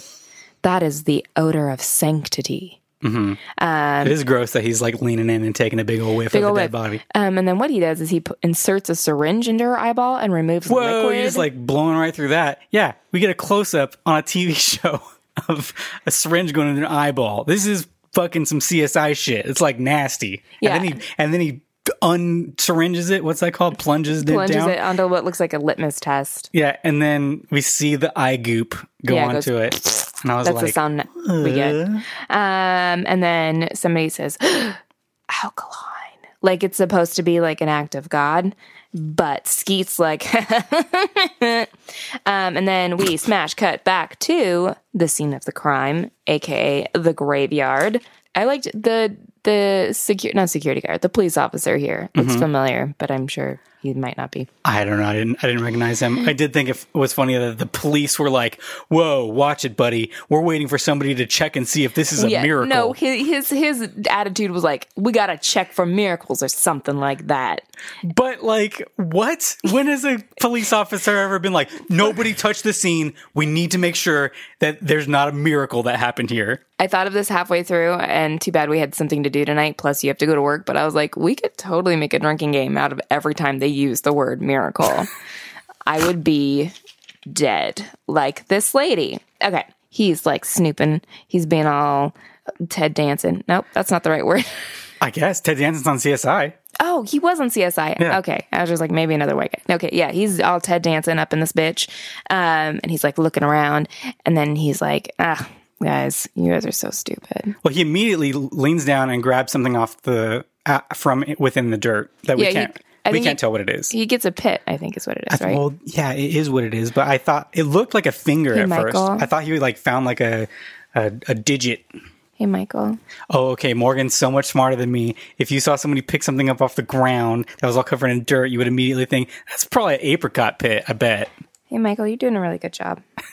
Speaker 2: That is the odor of sanctity.
Speaker 1: it is gross that he's like leaning in and taking a big old whiff of the
Speaker 2: ol'
Speaker 1: dead
Speaker 2: Um, whiff.
Speaker 1: body.
Speaker 2: Um, and then what he does is he p- inserts a syringe into her eyeball and removes the
Speaker 1: Whoa,
Speaker 2: liquid.
Speaker 1: you're just like blowing right through that. Yeah, we get a close up on a TV show of a syringe going in an eyeball. This is fucking some CSI shit. It's like nasty.
Speaker 2: Yeah.
Speaker 1: And then he and then he unsyringes it. What's that called? Plunges,
Speaker 2: plunges
Speaker 1: it down.
Speaker 2: it onto what looks like a litmus test.
Speaker 1: Yeah, and then we see the eye goop go
Speaker 2: Yeah, it
Speaker 1: onto it. And I was like,
Speaker 2: That's
Speaker 1: "Uh?"
Speaker 2: the sound that we get. Um, and then somebody says, alkaline. Like it's supposed to be like an act of God, but Skeet's like, um, and then we smash cut back to the scene of the crime, aka the graveyard. I liked the the secure not security guard, the police officer here. Looks
Speaker 1: Mm-hmm.
Speaker 2: familiar, but I'm sure he might not be.
Speaker 1: I don't know. I didn't. I didn't recognize him. I did think it was funny that the police were like, "Whoa, watch it, buddy. We're waiting for somebody to check and see if this is a
Speaker 2: Yeah,
Speaker 1: miracle."
Speaker 2: No, his, his his attitude was like, we gotta check for miracles or something like that.
Speaker 1: But like, what? When has a police officer ever been like, nobody touched the scene? We need to make sure that there's not a miracle that happened here.
Speaker 2: I thought of this halfway through, and too bad we had something to do tonight. Plus, you have to go to work. But I was like, we could totally make a drinking game out of every time they use the word miracle. I would be dead, like this lady. Okay. He's like snooping. He's being all Ted dancing. Nope, that's not the right word.
Speaker 1: I guess Ted Danson's on CSI.
Speaker 2: Oh, he was on CSI.
Speaker 1: Yeah.
Speaker 2: Okay. I was just like, maybe another white guy. Okay. Yeah. He's all Ted dancing up in this bitch. Um, and he's like looking around. And then he's like, ah, guys, you guys are so stupid.
Speaker 1: Well, he immediately leans down and grabs something off the uh, from within the dirt that
Speaker 2: Yeah,
Speaker 1: we
Speaker 2: he-
Speaker 1: can't
Speaker 2: I
Speaker 1: we
Speaker 2: think
Speaker 1: can't
Speaker 2: he-
Speaker 1: tell what it is.
Speaker 2: He gets a pit, I think is what it is, right?
Speaker 1: Well, yeah, it is what it is. But I thought it looked like a finger at
Speaker 2: Michael.
Speaker 1: first. I thought he like found like a a, a digit.
Speaker 2: Hey, Michael.
Speaker 1: Oh, okay. Morgan's so much smarter than me. If you saw somebody pick something up off the ground that was all covered in dirt, you would immediately think, that's probably an apricot pit, I bet.
Speaker 2: Hey, Michael, you're doing a really good job.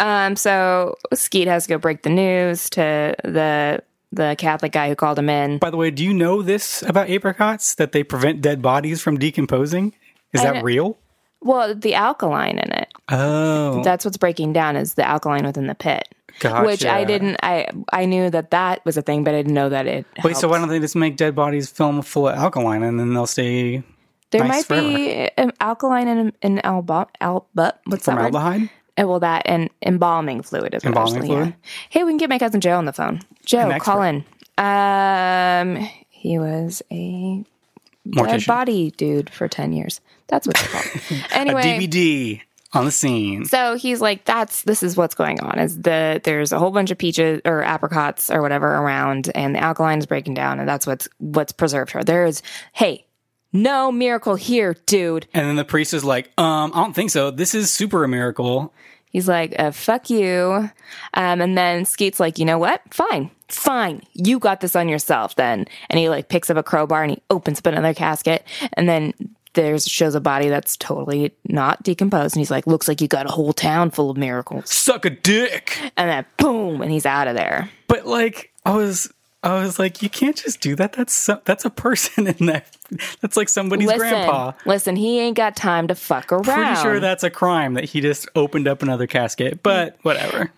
Speaker 2: um, so Skeet has to go break the news to the the Catholic guy who called him in.
Speaker 1: By the way, do you know this about apricots that they prevent dead bodies from decomposing? Is that
Speaker 2: don't-
Speaker 1: real?
Speaker 2: Well, the alkaline in it.
Speaker 1: Oh,
Speaker 2: That's what's breaking down is the alkaline within the pit.
Speaker 1: gotcha.
Speaker 2: Which I didn't. I I knew that that was a thing, but I didn't know that it.
Speaker 1: Wait, so
Speaker 2: helped.
Speaker 1: why don't they just make dead bodies film full of alkaline and then they'll stay
Speaker 2: there
Speaker 1: nice
Speaker 2: might be um, alkaline and an alba alba. What's that word?
Speaker 1: formaldehyde?
Speaker 2: Uh, well, that and embalming fluid is what I was
Speaker 1: Embalming
Speaker 2: looking at.
Speaker 1: fluid?
Speaker 2: Hey, we can get my cousin Joe on the phone. Joe,
Speaker 1: expert.
Speaker 2: call in. Um, he was a dead
Speaker 1: Mortician.
Speaker 2: body dude for ten years. That's what they call. it.
Speaker 1: A
Speaker 2: anyway,
Speaker 1: DVD on the scene.
Speaker 2: so he's like, "That's this is what's going on. Is the there's a whole bunch of peaches or apricots or whatever around, and the alkaline is breaking down, and that's what's what's preserved her. There is, hey, no miracle here, dude.
Speaker 1: And then the priest is like, um, I don't think so. This is super a miracle.
Speaker 2: He's like, uh, fuck you. Um, and then Skeet's like, you know what? Fine, fine. You got this on yourself then. And he like picks up a crowbar and he opens up another casket. And then there's shows a body that's totally not decomposed. And he's like, looks like you got a whole town full of miracles.
Speaker 1: Suck a dick.
Speaker 2: And then boom, and he's out of there.
Speaker 1: But like, I was, I was like, you can't just do that. That's so, that's a person in that. That's like somebody's
Speaker 2: listen,
Speaker 1: grandpa.
Speaker 2: listen, he ain't got time to fuck around.
Speaker 1: Pretty sure that's a crime that he just opened up another casket. But whatever.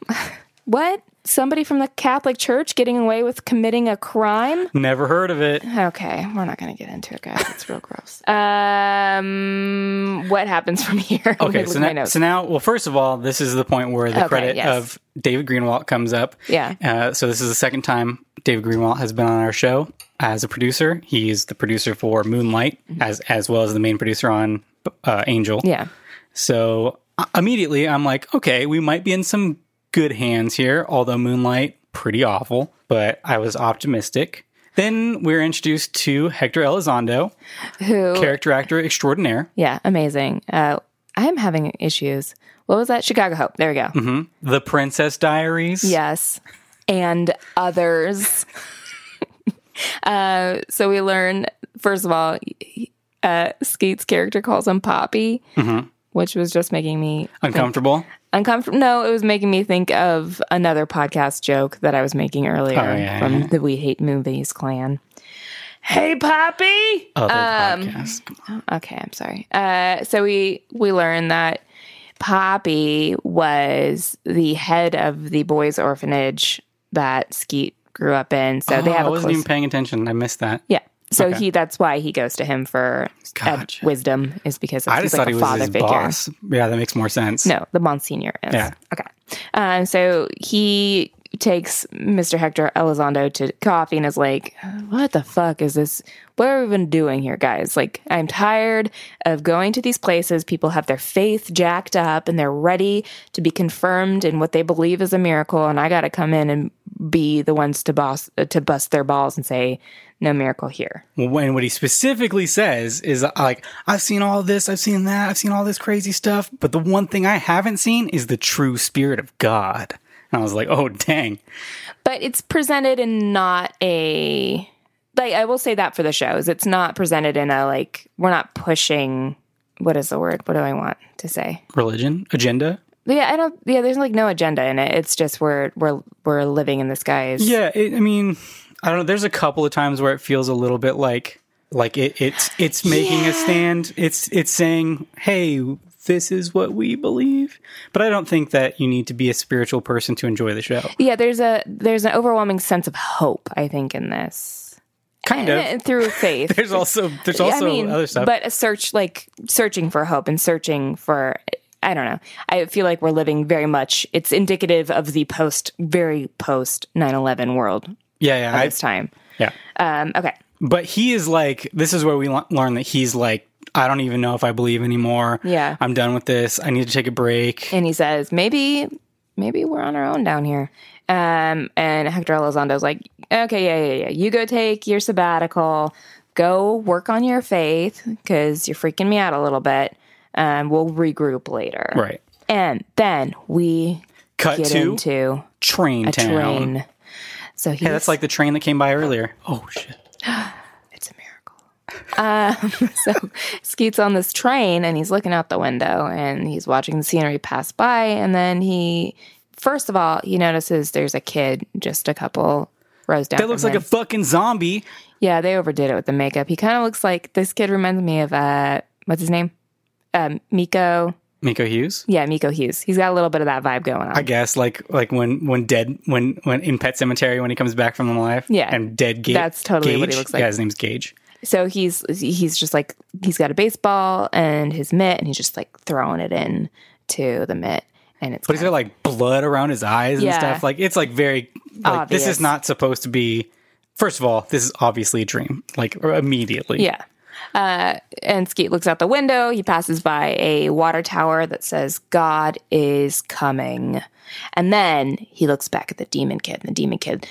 Speaker 2: what? Somebody from the Catholic Church getting away with committing a crime?
Speaker 1: Never heard of it.
Speaker 2: Okay, we're not going to get into it, guys. It's real gross. Um, what happens from here? Let me
Speaker 1: Okay,
Speaker 2: look
Speaker 1: so
Speaker 2: at my
Speaker 1: now,
Speaker 2: notes.
Speaker 1: so now, well, first of all, this is the point where the
Speaker 2: Okay,
Speaker 1: credit
Speaker 2: yes.
Speaker 1: of David Greenwalt comes up.
Speaker 2: Yeah.
Speaker 1: Uh, so this is the second time David Greenwalt has been on our show as a producer. He is the producer for Moonlight, as as well as the main producer on uh, Angel.
Speaker 2: Mm-hmm. yeah,
Speaker 1: So uh, immediately, I'm like, okay, we might be in some good hands here. Although Moonlight, pretty awful, but I was optimistic. Then we're introduced to Hector Elizondo,
Speaker 2: who?
Speaker 1: character actor extraordinaire.
Speaker 2: yeah, amazing. Uh, I am having issues. What was that? Chicago Hope. There we go.
Speaker 1: Mm-hmm. The Princess Diaries.
Speaker 2: Yes, and others. uh, so we learn first of all, he- uh, Skeet's character calls him Poppy,
Speaker 1: Mm-hmm.
Speaker 2: which was just making me
Speaker 1: Uncomfortable.
Speaker 2: uncomfortable. No, it was making me think of another podcast joke that I was making earlier
Speaker 1: Oh, yeah,
Speaker 2: from
Speaker 1: yeah.
Speaker 2: the We Hate Movies clan. Hey, Poppy.
Speaker 1: Other
Speaker 2: Um,
Speaker 1: podcasts. Come on.
Speaker 2: Okay, I'm sorry. Uh, so we we learned that Poppy was the head of the boys' orphanage that Skeet grew up in. So they
Speaker 1: Oh,
Speaker 2: have
Speaker 1: I
Speaker 2: a
Speaker 1: wasn't
Speaker 2: close.
Speaker 1: even paying attention. I missed that.
Speaker 2: yeah. So
Speaker 1: Okay.
Speaker 2: he that's why he goes to him for uh,
Speaker 1: Gotcha.
Speaker 2: wisdom is because of,
Speaker 1: I
Speaker 2: he's
Speaker 1: just
Speaker 2: like
Speaker 1: thought
Speaker 2: a
Speaker 1: he was
Speaker 2: father
Speaker 1: his
Speaker 2: figure.
Speaker 1: boss. Yeah, that makes more sense.
Speaker 2: No, the Monsignor is.
Speaker 1: Yeah.
Speaker 2: Okay. Um, so he takes Mr. Hector Elizondo to coffee and is like, what the fuck is this? What are we even doing here, guys? Like, I'm tired of going to these places. People have their faith jacked up and they're ready to be confirmed in what they believe is a miracle. And I got to come in and be the ones to boss, uh, to bust their balls and say, no miracle here.
Speaker 1: When what he specifically says is uh, like, I've seen all this, I've seen that, I've seen all this crazy stuff, but the one thing I haven't seen is the true spirit of God. And I was like, oh dang.
Speaker 2: but it's presented in not a like I will say that for the shows. It's not presented in a like we're not pushing what is the word? What do I want to say?
Speaker 1: Religion, agenda.
Speaker 2: But yeah, I don't yeah, there's like no agenda in it. It's just we're we're we're living in this guy's
Speaker 1: Yeah, it, I mean, I don't know. There's a couple of times where it feels a little bit like like it, it's it's making a stand. It's it's saying, "Hey, this is what we believe." But I don't think that you need to be a spiritual person to enjoy the show.
Speaker 2: Yeah, there's a there's an overwhelming sense of hope, I think, in this.
Speaker 1: Kind
Speaker 2: And,
Speaker 1: of.
Speaker 2: through faith.
Speaker 1: There's also there's
Speaker 2: Yeah,
Speaker 1: also other stuff.
Speaker 2: But a search, like searching for hope and searching for, I don't know. I feel like we're living very much. It's indicative of the post, very post 9-11 world
Speaker 1: yeah, yeah, I,
Speaker 2: this time.
Speaker 1: yeah.
Speaker 2: Um, okay.
Speaker 1: But he is like this is where we le- learn that he's like I don't even know if I believe anymore.
Speaker 2: Yeah.
Speaker 1: I'm done with this. I need to take a break.
Speaker 2: And he says, maybe, maybe we're on our own down here. Um, and Hector Elizondo's like, okay, yeah, yeah, yeah. You go take your sabbatical, go work on your faith because you're freaking me out a little bit. Um, we'll regroup later.
Speaker 1: right.
Speaker 2: And then we
Speaker 1: Cut
Speaker 2: get
Speaker 1: Uh, to
Speaker 2: into
Speaker 1: train
Speaker 2: a
Speaker 1: town.
Speaker 2: train. So he's,
Speaker 1: Hey, that's like the train that came by earlier. Oh shit.
Speaker 2: it's a miracle. Um, so Skeet's on this train and he's looking out the window and he's watching the scenery pass by. And then he, first of all, he notices there's a kid just a couple rows down.
Speaker 1: That looks
Speaker 2: from
Speaker 1: like a
Speaker 2: him.
Speaker 1: fucking zombie.
Speaker 2: Yeah, they overdid it with the makeup. He kind of looks like this kid reminds me of uh, what's his name? Um, Miko.
Speaker 1: Miko Hughes.
Speaker 2: Yeah, Miko Hughes. He's got a little bit of that vibe going on.
Speaker 1: I guess like like when when dead when when in Pet Cemetery when he comes back from the life.
Speaker 2: Yeah.
Speaker 1: And dead Gage.
Speaker 2: That's totally what he
Speaker 1: Gage?
Speaker 2: looks like.
Speaker 1: Yeah, his name's Gage.
Speaker 2: so he's he's just like he's got a baseball and his mitt, and he's just like throwing it in to the mitt, and it's
Speaker 1: But he's
Speaker 2: kind
Speaker 1: got like blood around his eyes and
Speaker 2: Yeah.
Speaker 1: stuff. Like it's like very like this
Speaker 2: Obvious.
Speaker 1: is not supposed to be. First of all, this is obviously a dream. Like immediately.
Speaker 2: Yeah. Uh, and Skeet looks out the window. He passes by a water tower that says, God is coming. And then he looks back at the demon kid. And the demon kid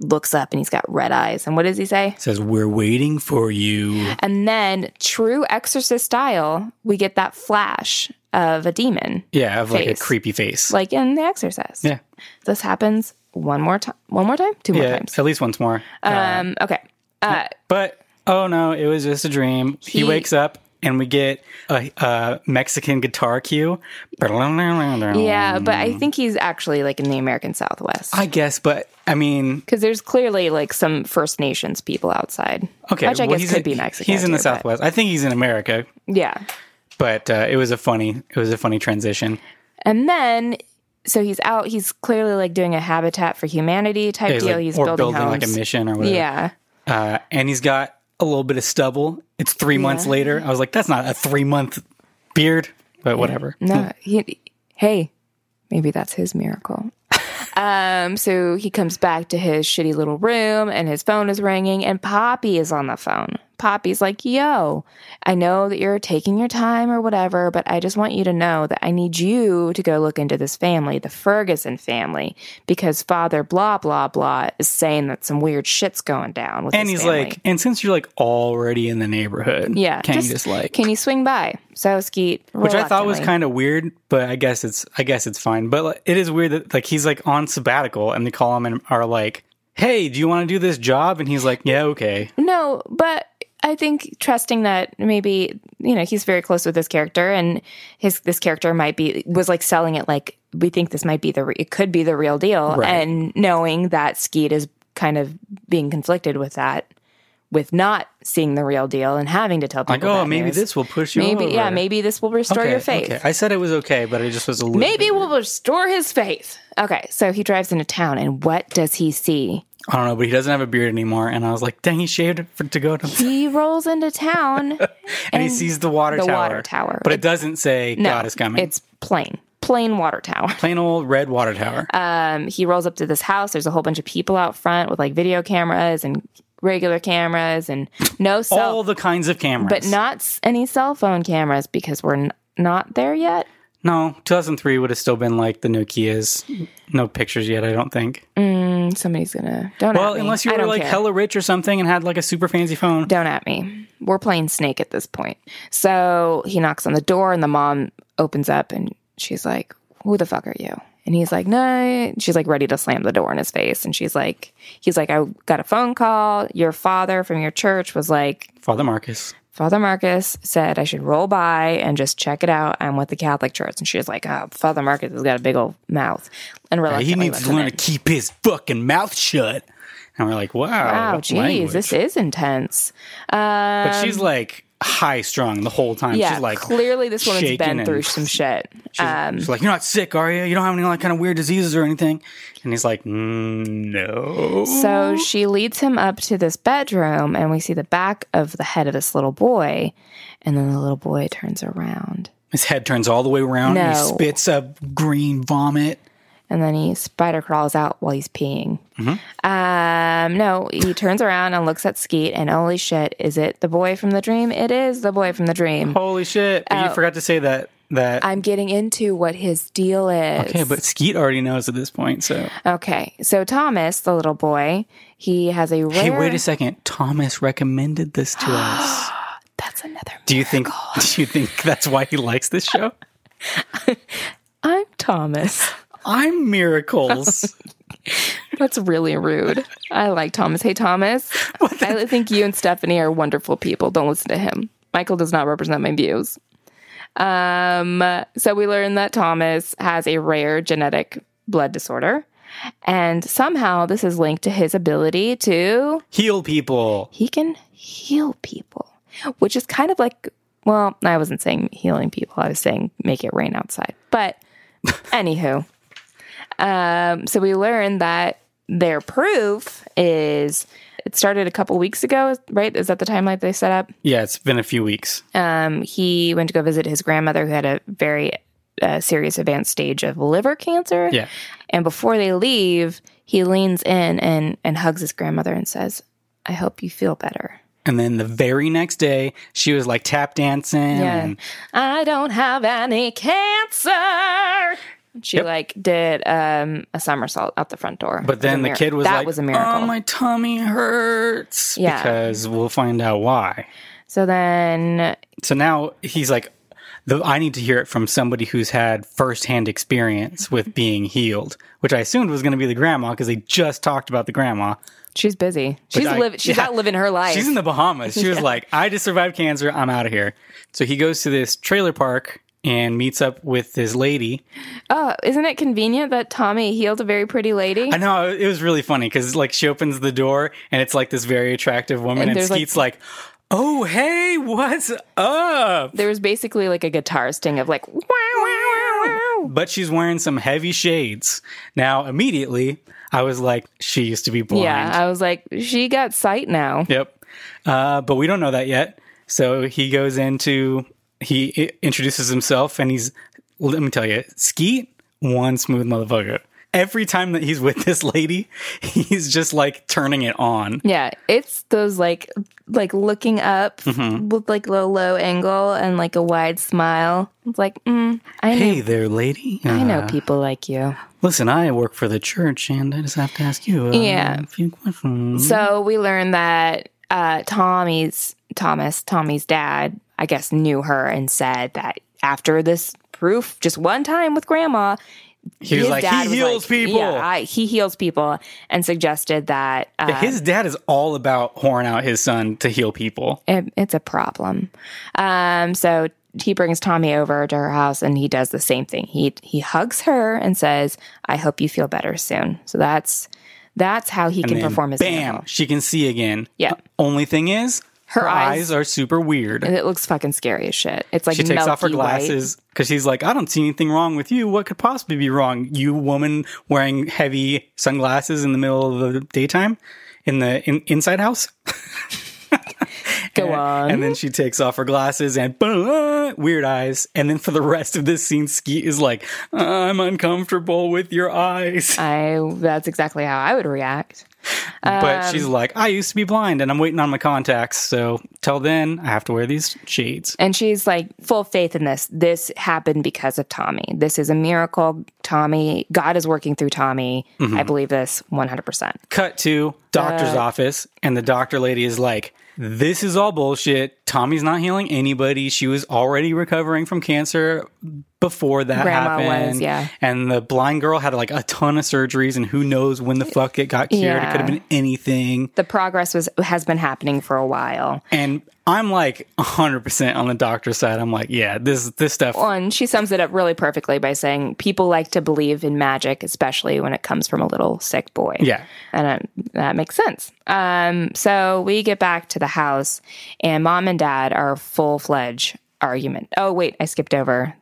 Speaker 2: looks up and he's got red eyes. And what does he say?
Speaker 1: Says we're waiting for you.
Speaker 2: And then, true exorcist style, we get that flash of a demon,
Speaker 1: Yeah, of like
Speaker 2: Face.
Speaker 1: a creepy face.
Speaker 2: like in The Exorcist.
Speaker 1: yeah.
Speaker 2: This happens one more time. One more time? Two more
Speaker 1: Yeah.
Speaker 2: times.
Speaker 1: At least once more.
Speaker 2: Um, okay. Uh,
Speaker 1: But oh no, it was just a dream. He,
Speaker 2: He-
Speaker 1: wakes up and we get a, a Mexican guitar cue.
Speaker 2: yeah, but I think he's actually like in the American Southwest.
Speaker 1: Um, I guess, but I mean,
Speaker 2: Because there's clearly like some First Nations people outside.
Speaker 1: okay,
Speaker 2: Which I
Speaker 1: well,
Speaker 2: guess
Speaker 1: he's
Speaker 2: could
Speaker 1: in-
Speaker 2: be Mexican.
Speaker 1: He's in the
Speaker 2: too, but-
Speaker 1: Southwest. I think he's in America,
Speaker 2: Yeah.
Speaker 1: but uh, it was a funny, it was a funny transition.
Speaker 2: And then, so he's out. He's clearly like doing a Habitat for Humanity type
Speaker 1: He's
Speaker 2: deal.
Speaker 1: like-
Speaker 2: he's
Speaker 1: or
Speaker 2: building,
Speaker 1: building
Speaker 2: homes.
Speaker 1: like a mission or whatever.
Speaker 2: Yeah.
Speaker 1: uh, and he's got a little bit of stubble. It's three months later. I was like, that's not a three month beard, but whatever.
Speaker 2: No. He, hey, maybe that's his miracle. um. So he comes back to his shitty little room, and his phone is ringing, and Poppy is on the phone. Poppy's like, "Yo, I know that you're taking your time or whatever, but I just want you to know that I need you to go look into this family, the Ferguson family, because Father blah blah blah is saying that some weird shit's going down with
Speaker 1: And
Speaker 2: his
Speaker 1: he's
Speaker 2: family.
Speaker 1: like, and since you're like already in the neighborhood,
Speaker 2: yeah,
Speaker 1: can you just like
Speaker 2: can you swing by?" So Skeet,
Speaker 1: which I thought was
Speaker 2: reluctantly-
Speaker 1: kind of weird, but I guess it's I guess it's fine. But like, it is weird that like he's like on sabbatical, and they call him and are like, "Hey, do you want to do this job?" And he's like, "Yeah, okay."
Speaker 2: No, but I think trusting that maybe you know he's very close with this character, and his this character might be was like selling it like we think this might be the re- it could be the real deal,
Speaker 1: Right.
Speaker 2: and knowing that Skeet is kind of being conflicted with that, with not seeing the real deal and having to tell people
Speaker 1: Like, oh,
Speaker 2: that
Speaker 1: maybe
Speaker 2: news.
Speaker 1: this will push you.
Speaker 2: maybe yeah
Speaker 1: over."
Speaker 2: maybe this will restore
Speaker 1: Okay,
Speaker 2: your faith.
Speaker 1: okay. I said it was okay, but it just was a little.
Speaker 2: Maybe we'll restore his faith. Okay, so he drives into town, and what does he see?
Speaker 1: I don't know, but he doesn't have a beard anymore, and I was like, "Dang, he shaved it for, to go to." And,
Speaker 2: He rolls into town,
Speaker 1: he sees the water
Speaker 2: the
Speaker 1: tower.
Speaker 2: water tower.
Speaker 1: but it doesn't say
Speaker 2: No,
Speaker 1: God is coming. It's
Speaker 2: It's plain, plain water tower.
Speaker 1: plain old red water tower.
Speaker 2: Um, he rolls up to this house. There's a whole bunch of people out front with like video cameras and regular cameras and no
Speaker 1: All
Speaker 2: cell,
Speaker 1: the kinds of cameras,
Speaker 2: but not s- any cell phone cameras because we're n- not there yet.
Speaker 1: No, 2003 would have still been like the Nokia's. No pictures yet, I don't think.
Speaker 2: Mm, somebody's gonna don't.
Speaker 1: Well,
Speaker 2: at me.
Speaker 1: unless you
Speaker 2: I
Speaker 1: were
Speaker 2: don't
Speaker 1: like
Speaker 2: care.
Speaker 1: hella rich or something and had like a super fancy phone.
Speaker 2: Don't at me. We're playing snake at this point. So he knocks on the door, and the mom opens up, and she's like, "Who the fuck are you?" And he's like, "No." She's like ready to slam the door in his face, and she's like, "He's like, I got a phone call. Your father from your church was like,
Speaker 1: Father Marcus.
Speaker 2: Father Marcus said I should roll by and just check it out. I'm with the Catholic Church, and she's like, "Oh, Father Marcus has got a big old mouth," and reluctantly
Speaker 1: he needs
Speaker 2: lets
Speaker 1: to
Speaker 2: him
Speaker 1: learn
Speaker 2: in.
Speaker 1: to keep his fucking mouth shut. And we're like, wow.
Speaker 2: Wow,
Speaker 1: what
Speaker 2: geez,
Speaker 1: language.
Speaker 2: Oh, this is intense. Um,
Speaker 1: But she's like high strung the whole time.
Speaker 2: yeah,
Speaker 1: she's like,
Speaker 2: clearly this woman's
Speaker 1: shaking
Speaker 2: been
Speaker 1: and-
Speaker 2: through some um, shit. Uh,
Speaker 1: she's, she's like, you're not sick, are you? You don't have any like kind of weird diseases or anything. And he's like, mm, no.
Speaker 2: So she leads him up to this bedroom, and we see the back of the head of this little boy, and then the little boy turns around,
Speaker 1: His head turns all the way around. And he
Speaker 2: No.
Speaker 1: spits up green vomit.
Speaker 2: and then he spider crawls out while he's peeing.
Speaker 1: Mm-hmm.
Speaker 2: Um, no, he turns around and looks at Skeet, and holy shit, is it the boy from the dream? It is the boy from the dream.
Speaker 1: Holy shit. But
Speaker 2: Oh.
Speaker 1: you forgot to say that. That
Speaker 2: I'm getting into what his deal is.
Speaker 1: Okay, but Skeet already knows at this point. So
Speaker 2: okay. So Thomas, the little boy, he has a rare.
Speaker 1: hey, wait a second. Thomas recommended this to us.
Speaker 2: That's another.
Speaker 1: Do you think? Do you think that's why he likes this show?
Speaker 2: I'm Thomas.
Speaker 1: I'm miracles.
Speaker 2: That's really rude. I like Thomas. Hey, Thomas. I think you and Stephanie are wonderful people. Don't listen to him. Michael does not represent my views. Um, so we learn that Thomas has a rare genetic blood disorder. And somehow this is linked to his ability to
Speaker 1: Heal people.
Speaker 2: he can heal people, which is kind of like, well, I wasn't saying healing people. I was saying make it rain outside. But anywho, um, so we learned that their proof is it started a couple weeks ago, right? Is that the timeline they set up?
Speaker 1: Yeah, it's been a few weeks.
Speaker 2: Um, he went to go visit his grandmother who had a very uh, serious advanced stage of liver cancer.
Speaker 1: Yeah.
Speaker 2: And before they leave, he leans in and, and hugs his grandmother and says, I hope you feel better.
Speaker 1: And then the very next day, she was like tap dancing.
Speaker 2: Yeah.
Speaker 1: And
Speaker 2: I don't have any cancer. She
Speaker 1: Yep.
Speaker 2: like did um, a somersault out the front door. It
Speaker 1: but
Speaker 2: was
Speaker 1: then
Speaker 2: a
Speaker 1: the
Speaker 2: mir-
Speaker 1: kid was
Speaker 2: that
Speaker 1: like,
Speaker 2: was a miracle.
Speaker 1: "Oh, my tummy hurts."
Speaker 2: Yeah.
Speaker 1: Because we'll find out why.
Speaker 2: so then,
Speaker 1: So now he's like, the, I need to hear it from somebody who's had firsthand experience
Speaker 2: Mm-hmm.
Speaker 1: with being healed, which I assumed was going to be the grandma because they just talked about the grandma.
Speaker 2: she's busy. She's
Speaker 1: I-
Speaker 2: living. She's
Speaker 1: yeah.
Speaker 2: out living her life.
Speaker 1: She's in the Bahamas. She was like, I just survived cancer. I'm out of here. So he goes to this trailer park and meets up with this lady.
Speaker 2: oh, isn't it convenient that Tommy healed a very pretty lady?
Speaker 1: I know it was really funny because like she opens the door and it's like this very attractive woman,
Speaker 2: And
Speaker 1: and,
Speaker 2: there's, like-
Speaker 1: Skeet's like, "Oh hey, what's up?"
Speaker 2: there was basically like a guitar sting of like, wow, wow, wow, wow.
Speaker 1: But she's wearing some heavy shades. Now immediately, I was like, "She used to be blind."
Speaker 2: Yeah, I was like, she got sight now.
Speaker 1: Yep. Uh, but we don't know that yet. So he goes into he i- introduces himself, and he's let me tell you, Skeet one smooth motherfucker. Every time that he's with this lady, he's just like turning it on.
Speaker 2: Yeah, it's those like like looking up
Speaker 1: Mm-hmm.
Speaker 2: with like low low angle and like a wide smile. It's like, mm, I know,
Speaker 1: Hey Mm-hmm. there, lady.
Speaker 2: I
Speaker 1: Uh,
Speaker 2: know people like you.
Speaker 1: Listen, I work for the church, and I just have to ask you uh,
Speaker 2: Yeah.
Speaker 1: a few questions.
Speaker 2: So we learned that uh, Tommy's Thomas Tommy's dad, I guess, knew her and said that after this proof, just one time with Grandma,
Speaker 1: He was
Speaker 2: his
Speaker 1: like,
Speaker 2: dad
Speaker 1: he
Speaker 2: was
Speaker 1: heals
Speaker 2: like,
Speaker 1: people.
Speaker 2: Yeah, I, he heals people, and suggested that uh,
Speaker 1: his dad is all about whoring out his son to heal people.
Speaker 2: it, it's a problem. Um, so he brings Tommy over to her house and he does the same thing. He he hugs her and says, "I hope you feel better soon." So that's that's how he can
Speaker 1: And
Speaker 2: perform his
Speaker 1: bam,
Speaker 2: miracle.
Speaker 1: she can see again.
Speaker 2: Yeah.
Speaker 1: Uh, Only thing is, her,
Speaker 2: Her
Speaker 1: eyes,
Speaker 2: eyes-
Speaker 1: are super weird.
Speaker 2: And it looks fucking scary as shit. It's like
Speaker 1: She takes
Speaker 2: milky
Speaker 1: off her
Speaker 2: white.
Speaker 1: glasses because she's like, I don't see anything wrong with you. What could possibly be wrong? You woman wearing heavy sunglasses in the middle of the daytime in the in, inside house.
Speaker 2: Go on.
Speaker 1: And then she takes off her glasses and boom, uh, weird eyes. And then for the rest of this scene, Skeet is like, I'm uncomfortable with your eyes.
Speaker 2: I that's exactly how I would react. Um,
Speaker 1: but she's like, I used to be blind and I'm waiting on my contacts. So till then, I have to wear these shades.
Speaker 2: And she's like full faith in this. This happened because of Tommy. This is a miracle. Tommy, God is working through Tommy. I
Speaker 1: Mm-hmm.
Speaker 2: believe this 100%.
Speaker 1: Cut to doctor's
Speaker 2: Uh,
Speaker 1: office, and the doctor lady is like, This is all bullshit. Tommy's not healing anybody. She was already recovering from cancer before that
Speaker 2: Grandma
Speaker 1: happened.
Speaker 2: was, yeah.
Speaker 1: And the blind girl had like a ton of surgeries, and who knows when the fuck it got cured. It
Speaker 2: Yeah.
Speaker 1: could have been anything.
Speaker 2: The progress was has been happening for a while.
Speaker 1: And I'm like 100% on the doctor's side. I'm like, Yeah, this, this stuff.
Speaker 2: one, she sums it up really perfectly by saying people like to believe in magic, especially when it comes from a little sick boy.
Speaker 1: yeah.
Speaker 2: And uh, that makes sense. Um, so we get back to the house, and mom and dad are full fledged argument. Oh, wait, I skipped over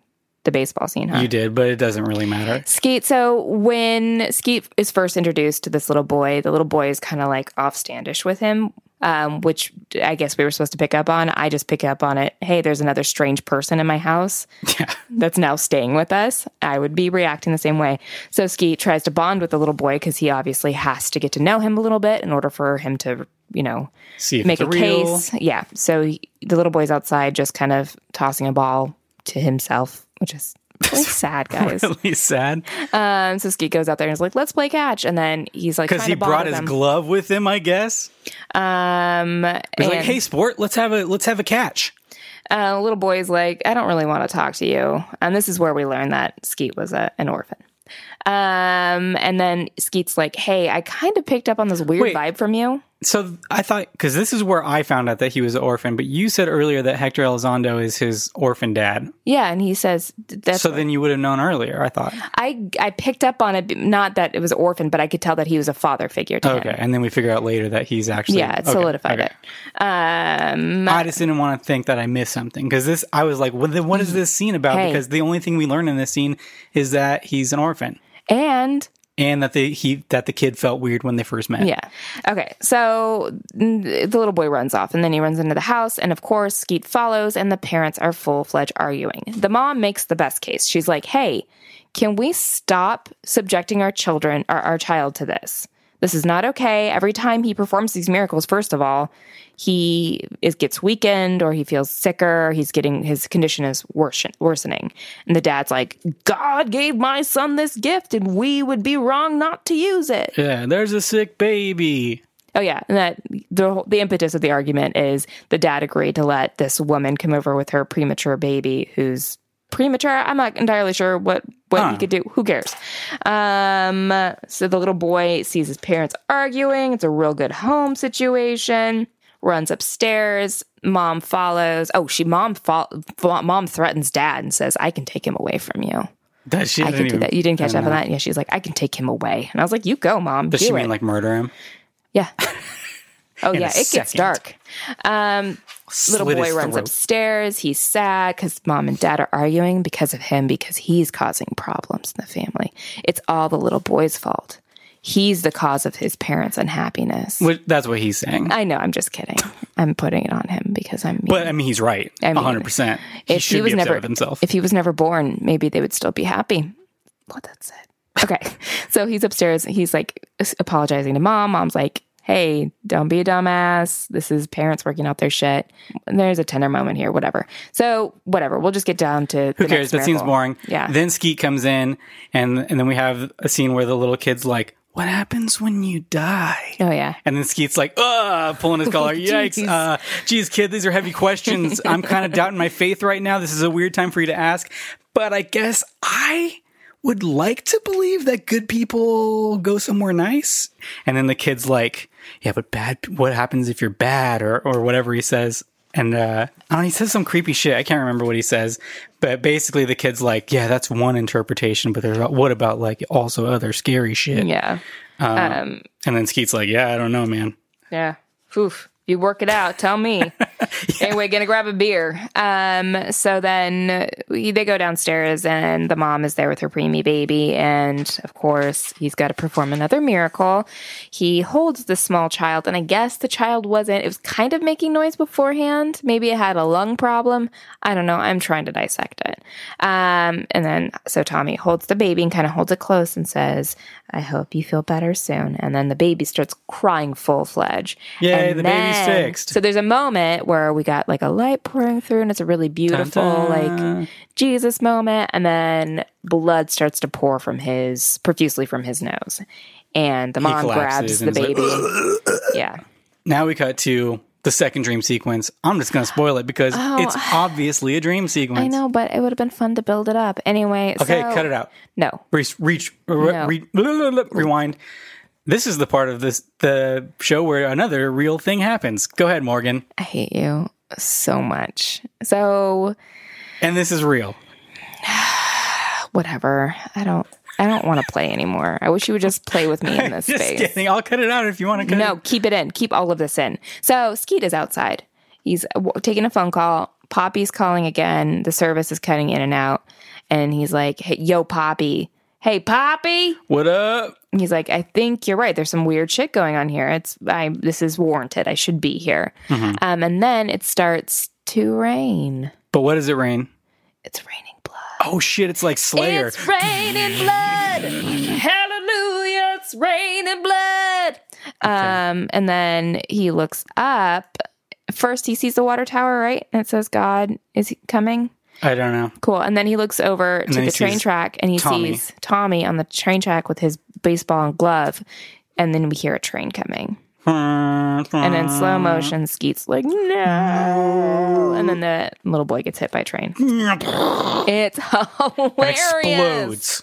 Speaker 2: the baseball scene, huh?
Speaker 1: You did, but it doesn't really matter.
Speaker 2: Skeet. So when Skeet is first introduced to this little boy, the little boy is kind of like off standish with him, um, which I guess we were supposed to pick up on. I just pick up on it. Hey, there's another strange person in my house that's now staying with us. I would be reacting the same way. So Skeet tries to bond with the little boy because he obviously has to get to know him a little bit in order for him to, you know,
Speaker 1: See if
Speaker 2: make a
Speaker 1: it's real.
Speaker 2: case. Yeah. So he, the little boy's outside, just kind of tossing a ball to himself, which is really sad, guys.
Speaker 1: Really sad.
Speaker 2: Um, so Skeet goes out there and is like, "Let's play catch," and then he's like,
Speaker 1: because
Speaker 2: trying
Speaker 1: he
Speaker 2: to bond
Speaker 1: brought
Speaker 2: with
Speaker 1: his
Speaker 2: him.
Speaker 1: glove with him. I guess
Speaker 2: um,
Speaker 1: he's like,
Speaker 2: and,
Speaker 1: "Hey, sport, let's have a let's have a catch."
Speaker 2: uh, little boy's like, "I don't really want to talk to you," and this is where we learn that Skeet was a, uh, an orphan. Um, and then Skeet's like, "Hey, I kind of picked up on this weird
Speaker 1: Wait.
Speaker 2: vibe from you."
Speaker 1: So I thought because this is where I found out that he was an orphan, but you said earlier that Hector Elizondo is his orphan dad.
Speaker 2: Yeah, and he says, "That's
Speaker 1: so then you would have known earlier. I thought.
Speaker 2: I I picked up on it. Not that it was orphan, but I could tell that he was a father figure to
Speaker 1: Okay,
Speaker 2: him.
Speaker 1: and then we figure out later that he's actually
Speaker 2: Yeah, it
Speaker 1: okay,
Speaker 2: solidified
Speaker 1: okay.
Speaker 2: it. Um,
Speaker 1: I just didn't want to think that I missed something because this. I was like, well, then what is this scene about?
Speaker 2: Mm. Hey.
Speaker 1: Because the only thing we learn in this scene is that he's an orphan
Speaker 2: and
Speaker 1: and that the he that the kid felt weird when they first met.
Speaker 2: Yeah. Okay. So mm, the little boy runs off and then he runs into the house. And of course, Skeet follows, and the parents are full fledged arguing. The mom makes the best case. She's like, hey, can we stop subjecting our children or our child to this? This is not okay. Every time he performs these miracles, first of all, he is gets weakened or he feels sicker. He's getting his condition is worsen, worsening. And the dad's like, God gave my son this gift, and we would be wrong not to use it.
Speaker 1: Yeah, there's a sick baby.
Speaker 2: Oh yeah, and that the whole- the impetus of the argument is the dad agreed to let this woman come over with her premature baby who's premature. I'm not entirely sure what what he
Speaker 1: Huh.
Speaker 2: could do. Who cares? Um, so the little boy sees his parents arguing. It's a real good home situation. Runs upstairs. Mom follows. Oh, she mom fo- mom threatens dad and says, "I can take him away from you.
Speaker 1: That she
Speaker 2: I
Speaker 1: didn't
Speaker 2: can do
Speaker 1: even-
Speaker 2: that." You didn't catch
Speaker 1: I
Speaker 2: up
Speaker 1: don't
Speaker 2: on
Speaker 1: know.
Speaker 2: that. Yeah, she's like, "I can take him away," and I was like, "You go, mom.
Speaker 1: Does
Speaker 2: do
Speaker 1: she
Speaker 2: it."
Speaker 1: mean like murder him?
Speaker 2: Yeah. Oh
Speaker 1: In a
Speaker 2: yeah, it gets
Speaker 1: second.
Speaker 2: dark. Um, little
Speaker 1: Slit
Speaker 2: boy
Speaker 1: his
Speaker 2: runs
Speaker 1: throat.
Speaker 2: upstairs. He's sad because mom and dad are arguing because of him because he's causing problems in the family. It's all the little boy's fault. He's the cause of his parents' unhappiness.
Speaker 1: Which, that's what he's saying.
Speaker 2: I know. I'm just kidding. I'm putting it on him because I'm. Mean.
Speaker 1: But I mean, he's right.
Speaker 2: I mean,
Speaker 1: hundred percent. He
Speaker 2: if
Speaker 1: should
Speaker 2: he was
Speaker 1: be upset
Speaker 2: never
Speaker 1: with himself.
Speaker 2: If he was never born, maybe they would still be happy. Well, that's it. Okay, so he's upstairs. He's like apologizing to mom. Mom's like, "Hey, don't be a dumbass. This is parents working out their shit." And there's a tender moment here. Whatever. So whatever. We'll just get down to
Speaker 1: Who cares? That seems boring.
Speaker 2: Yeah.
Speaker 1: Then Skeet comes in, and and then we have a scene where the little kid's like, "What happens when you die?"
Speaker 2: oh yeah.
Speaker 1: And then Skeet's like, "Uh," pulling his collar. Yikes!
Speaker 2: Oh, Jeez.
Speaker 1: Uh, geez, kid, these are heavy questions. I'm kind of doubting my faith right now. This is a weird time for you to ask, but I guess I would like to believe that good people go somewhere nice. And then the kid's like, "Yeah, but bad. What happens if you're bad, or or whatever he says?" And uh, I don't know, he says some creepy shit. I can't remember what he says, but basically the kid's like, "Yeah, that's one interpretation, but there's what about like also other scary shit?"
Speaker 2: Yeah.
Speaker 1: And then Skeet's like, "Yeah, I don't know, man."
Speaker 2: Yeah. Oof. You work it out. Tell me. Anyway, gonna grab a beer. Um, so then we, they go downstairs, and the mom is there with her preemie baby, and of course he's got to perform another miracle. He holds the small child, and I guess the child wasn't. It was kind of making noise beforehand. Maybe it had a lung problem. I don't know. I'm trying to dissect it. Um, and then so Tommy holds the baby and kind of holds it close and says, "I hope you feel better soon." And then the baby starts crying full fledged.
Speaker 1: Yay,
Speaker 2: And
Speaker 1: the baby's fixed.
Speaker 2: So there's a moment where we got like a light pouring through and it's a really beautiful,
Speaker 1: Dun-dun.
Speaker 2: like Jesus moment. And then blood starts to pour from his, profusely from his nose. And the mom grabs
Speaker 1: collapses
Speaker 2: the
Speaker 1: and is like,
Speaker 2: baby. yeah.
Speaker 1: Now we cut to the second dream sequence. I'm just going to spoil it because it's obviously a dream sequence.
Speaker 2: I know, but it would have been fun to build it up. Anyway.
Speaker 1: Okay,
Speaker 2: so-
Speaker 1: cut it out.
Speaker 2: No.
Speaker 1: Re- reach, re-
Speaker 2: No.
Speaker 1: re- rewind. This is the part of this the show where another real thing happens. Go ahead, Morgan.
Speaker 2: I hate you so much. So
Speaker 1: And this is real.
Speaker 2: whatever. I don't. I don't want to play anymore. I wish you would just play with me in this
Speaker 1: Just
Speaker 2: space.
Speaker 1: kidding. I'll cut it out if you want to cut
Speaker 2: No, keep it in. Keep all of this in. So Skeet is outside. He's w- taking a phone call. Poppy's calling again. The service is cutting in and out. And he's like, hey, yo, Poppy. Hey, Poppy.
Speaker 1: it. What up?
Speaker 2: And he's like, I think you're right. There's some weird shit going on here. It's I. This is warranted. I should be here. Um, and then it starts to rain.
Speaker 1: But what does it rain?
Speaker 2: It's raining blood.
Speaker 1: Oh shit, it's like Slayer.
Speaker 2: It's raining blood. Hallelujah. It's raining blood. Um, and then he looks up. First, he sees the water tower, right? And it says, God is he coming.
Speaker 1: I don't know.
Speaker 2: Cool. And then he looks over to
Speaker 1: then
Speaker 2: the
Speaker 1: he
Speaker 2: train
Speaker 1: sees
Speaker 2: track and he
Speaker 1: Tommy.
Speaker 2: sees Tommy on the train track with his baseball and glove. And then we hear a train coming. And in slow
Speaker 1: Um.
Speaker 2: motion, Skeet's like, no. And then the little boy gets hit by a train. It's
Speaker 1: explodes.
Speaker 2: hilarious.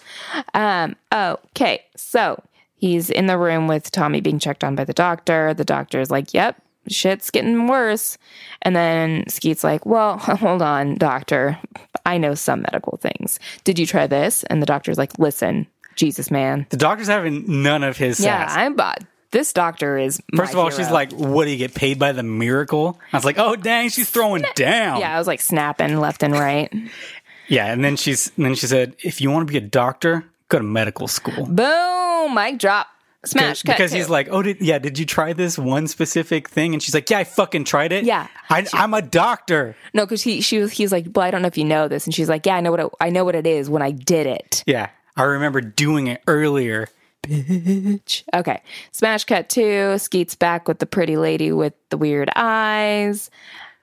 Speaker 2: Um, okay, so he's in the room with Tommy being checked on by the doctor. The doctor's like, yep, shit's getting worse. And then Skeet's like, well, hold on, doctor. I know some medical things. Did you try this? And the doctor's like, listen, Jesus, man.
Speaker 1: The doctor's having none of his
Speaker 2: Yeah,
Speaker 1: sass.
Speaker 2: I'm bad. This doctor is. my
Speaker 1: First of all, she's
Speaker 2: hero.
Speaker 1: like, "What do you get paid by the miracle?" I was like, "Oh dang, she's throwing down."
Speaker 2: Yeah, I was like snapping left and right.
Speaker 1: Yeah, and then she's and then she said, "If you want to be a doctor, go to medical school."
Speaker 2: Boom, mic drop, smash, cut.
Speaker 1: because
Speaker 2: to.
Speaker 1: he's like, "Oh, did, yeah, did you try this one specific thing?" And she's like, "Yeah, I fucking tried it.
Speaker 2: Yeah.
Speaker 1: I, I'm a doctor."
Speaker 2: no, because he she was he's like, well, I don't know if you know this, and she's like, yeah, I know what it, I know what it is when I did it.
Speaker 1: Yeah, I remember doing it earlier.
Speaker 2: Okay, smash cut two. Skeets back with the pretty lady with the weird eyes.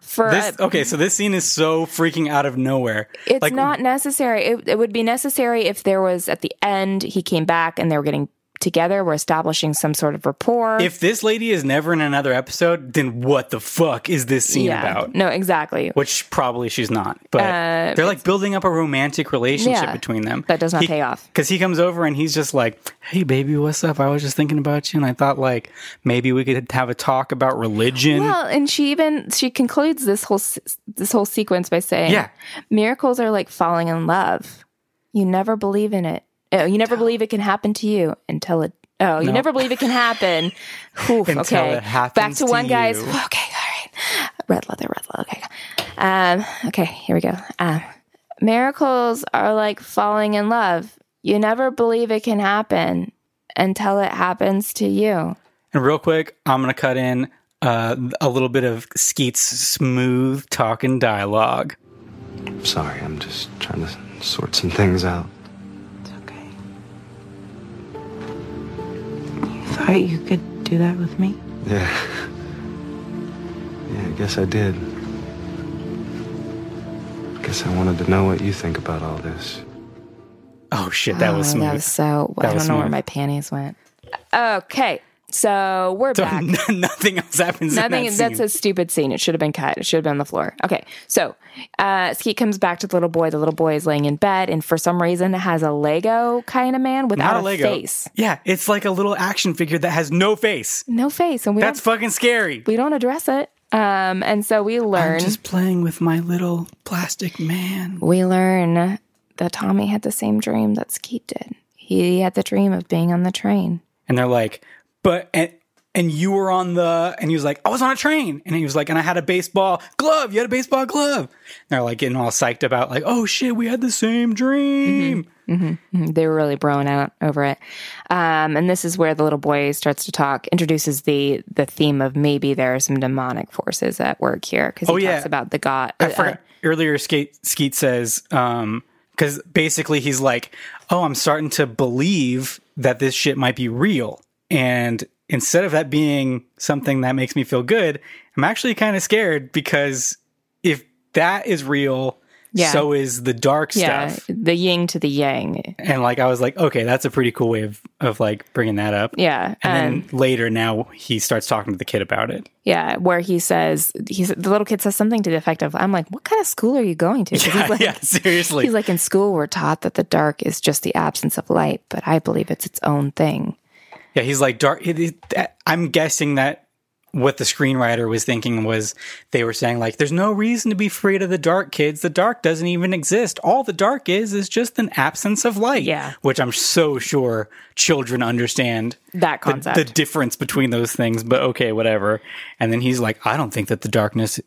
Speaker 2: For
Speaker 1: This oh, okay, so this scene is so freaking out of nowhere.
Speaker 2: it's not necessary. It, it would be necessary if there was at the end he came back and they were getting together. We're establishing some sort of rapport.
Speaker 1: If this lady is never in another episode, then what the fuck is this scene
Speaker 2: yeah,
Speaker 1: about?
Speaker 2: no, exactly.
Speaker 1: Which probably she's not, but they're like building up a romantic relationship
Speaker 2: Uh, Yeah,
Speaker 1: between them
Speaker 2: that does not pay off.
Speaker 1: Because he comes over and he's just like, "Hey, baby, what's up? I was just thinking about you, and I thought like maybe we could have a talk about religion."
Speaker 2: Well, and she even she concludes this whole s- this whole sequence by saying,
Speaker 1: Yeah.
Speaker 2: miracles are like falling in love. You never believe in it. Oh, you never believe it can happen to you until it. Oh, you never believe it can happen. Oof,
Speaker 1: Until
Speaker 2: okay,
Speaker 1: it happens
Speaker 2: back
Speaker 1: to
Speaker 2: to, one guy's.
Speaker 1: you.
Speaker 2: Okay, all right. Red leather, red leather. Okay, um, okay. Here we go. Um, miracles are like falling in love. You never believe it can happen until it happens to you.
Speaker 1: and real quick, I'm gonna cut in uh, a little bit of Skeet's smooth talking dialogue.
Speaker 4: I'm sorry, I'm just trying to sort some things out.
Speaker 5: It's okay. You thought you could do that with me?
Speaker 4: Yeah. Yeah, I guess I did. Guess I wanted to know what you think about all this.
Speaker 1: Oh shit, that was
Speaker 2: Oh,
Speaker 1: smooth.
Speaker 2: That was so. I don't
Speaker 1: was
Speaker 2: know where
Speaker 1: smooth.
Speaker 2: my panties went. Okay, so we're back.
Speaker 1: Nothing else happens.
Speaker 2: Nothing.
Speaker 1: In that
Speaker 2: that's
Speaker 1: scene.
Speaker 2: a stupid scene. It should have been cut. It should have been on the floor. Okay, so uh, Skeet comes back to the little boy. The little boy is laying in bed, and for some reason has a Lego kind of man without
Speaker 1: Not a Lego.
Speaker 2: face.
Speaker 1: Yeah, it's like a little action figure that has no face.
Speaker 2: No face, and we
Speaker 1: That's
Speaker 2: don't,
Speaker 1: fucking scary.
Speaker 2: we don't address it. Um, and so we learn
Speaker 1: playing with my little plastic man.
Speaker 2: we learn that Tommy had the same dream that Skeet did. He had the dream of being on the train.
Speaker 1: And they're like, but and and you were on the and he was like, I was on a train. And he was like, and I had a baseball glove. You had a baseball glove. And they're like getting all psyched about like, oh shit, we had the same dream.
Speaker 2: they were really broing out over it. Um, and this is where the little boy starts to talk, introduces the the theme of maybe there are some demonic forces at work here because he
Speaker 1: Oh, yeah.
Speaker 2: talks about the god. uh,
Speaker 1: I forgot. Earlier, Skeet, Skeet says, um, because basically he's like, oh, I'm starting to believe that this shit might be real. And instead of that being something that makes me feel good, I'm actually kind of scared because if that is real,
Speaker 2: Yeah.
Speaker 1: so is the dark
Speaker 2: yeah,
Speaker 1: stuff.
Speaker 2: the yin to the yang.
Speaker 1: And like, I was like, okay, that's a pretty cool way of, of like bringing that up.
Speaker 2: Yeah,
Speaker 1: And
Speaker 2: um,
Speaker 1: then later, now he starts talking to the kid about it.
Speaker 2: yeah, where he says he's the little kid says something to the effect of, "I'm like, what kind of school are you going to?" 'Cause he's like,
Speaker 1: yeah, seriously.
Speaker 2: He's like, in school, we're taught that the dark is just the absence of light, but I believe it's its own thing.
Speaker 1: Yeah, he's like dark. it- it- that- I'm guessing that what the screenwriter was thinking was they were saying like, "There's no reason to be afraid of the dark, kids. The dark doesn't even exist. All the dark is is just an absence of light."
Speaker 2: Yeah.
Speaker 1: which I'm so sure children understand
Speaker 2: That
Speaker 1: the-
Speaker 2: concept.
Speaker 1: the difference between those things. But okay, whatever. And then he's like, "I don't think that the darkness."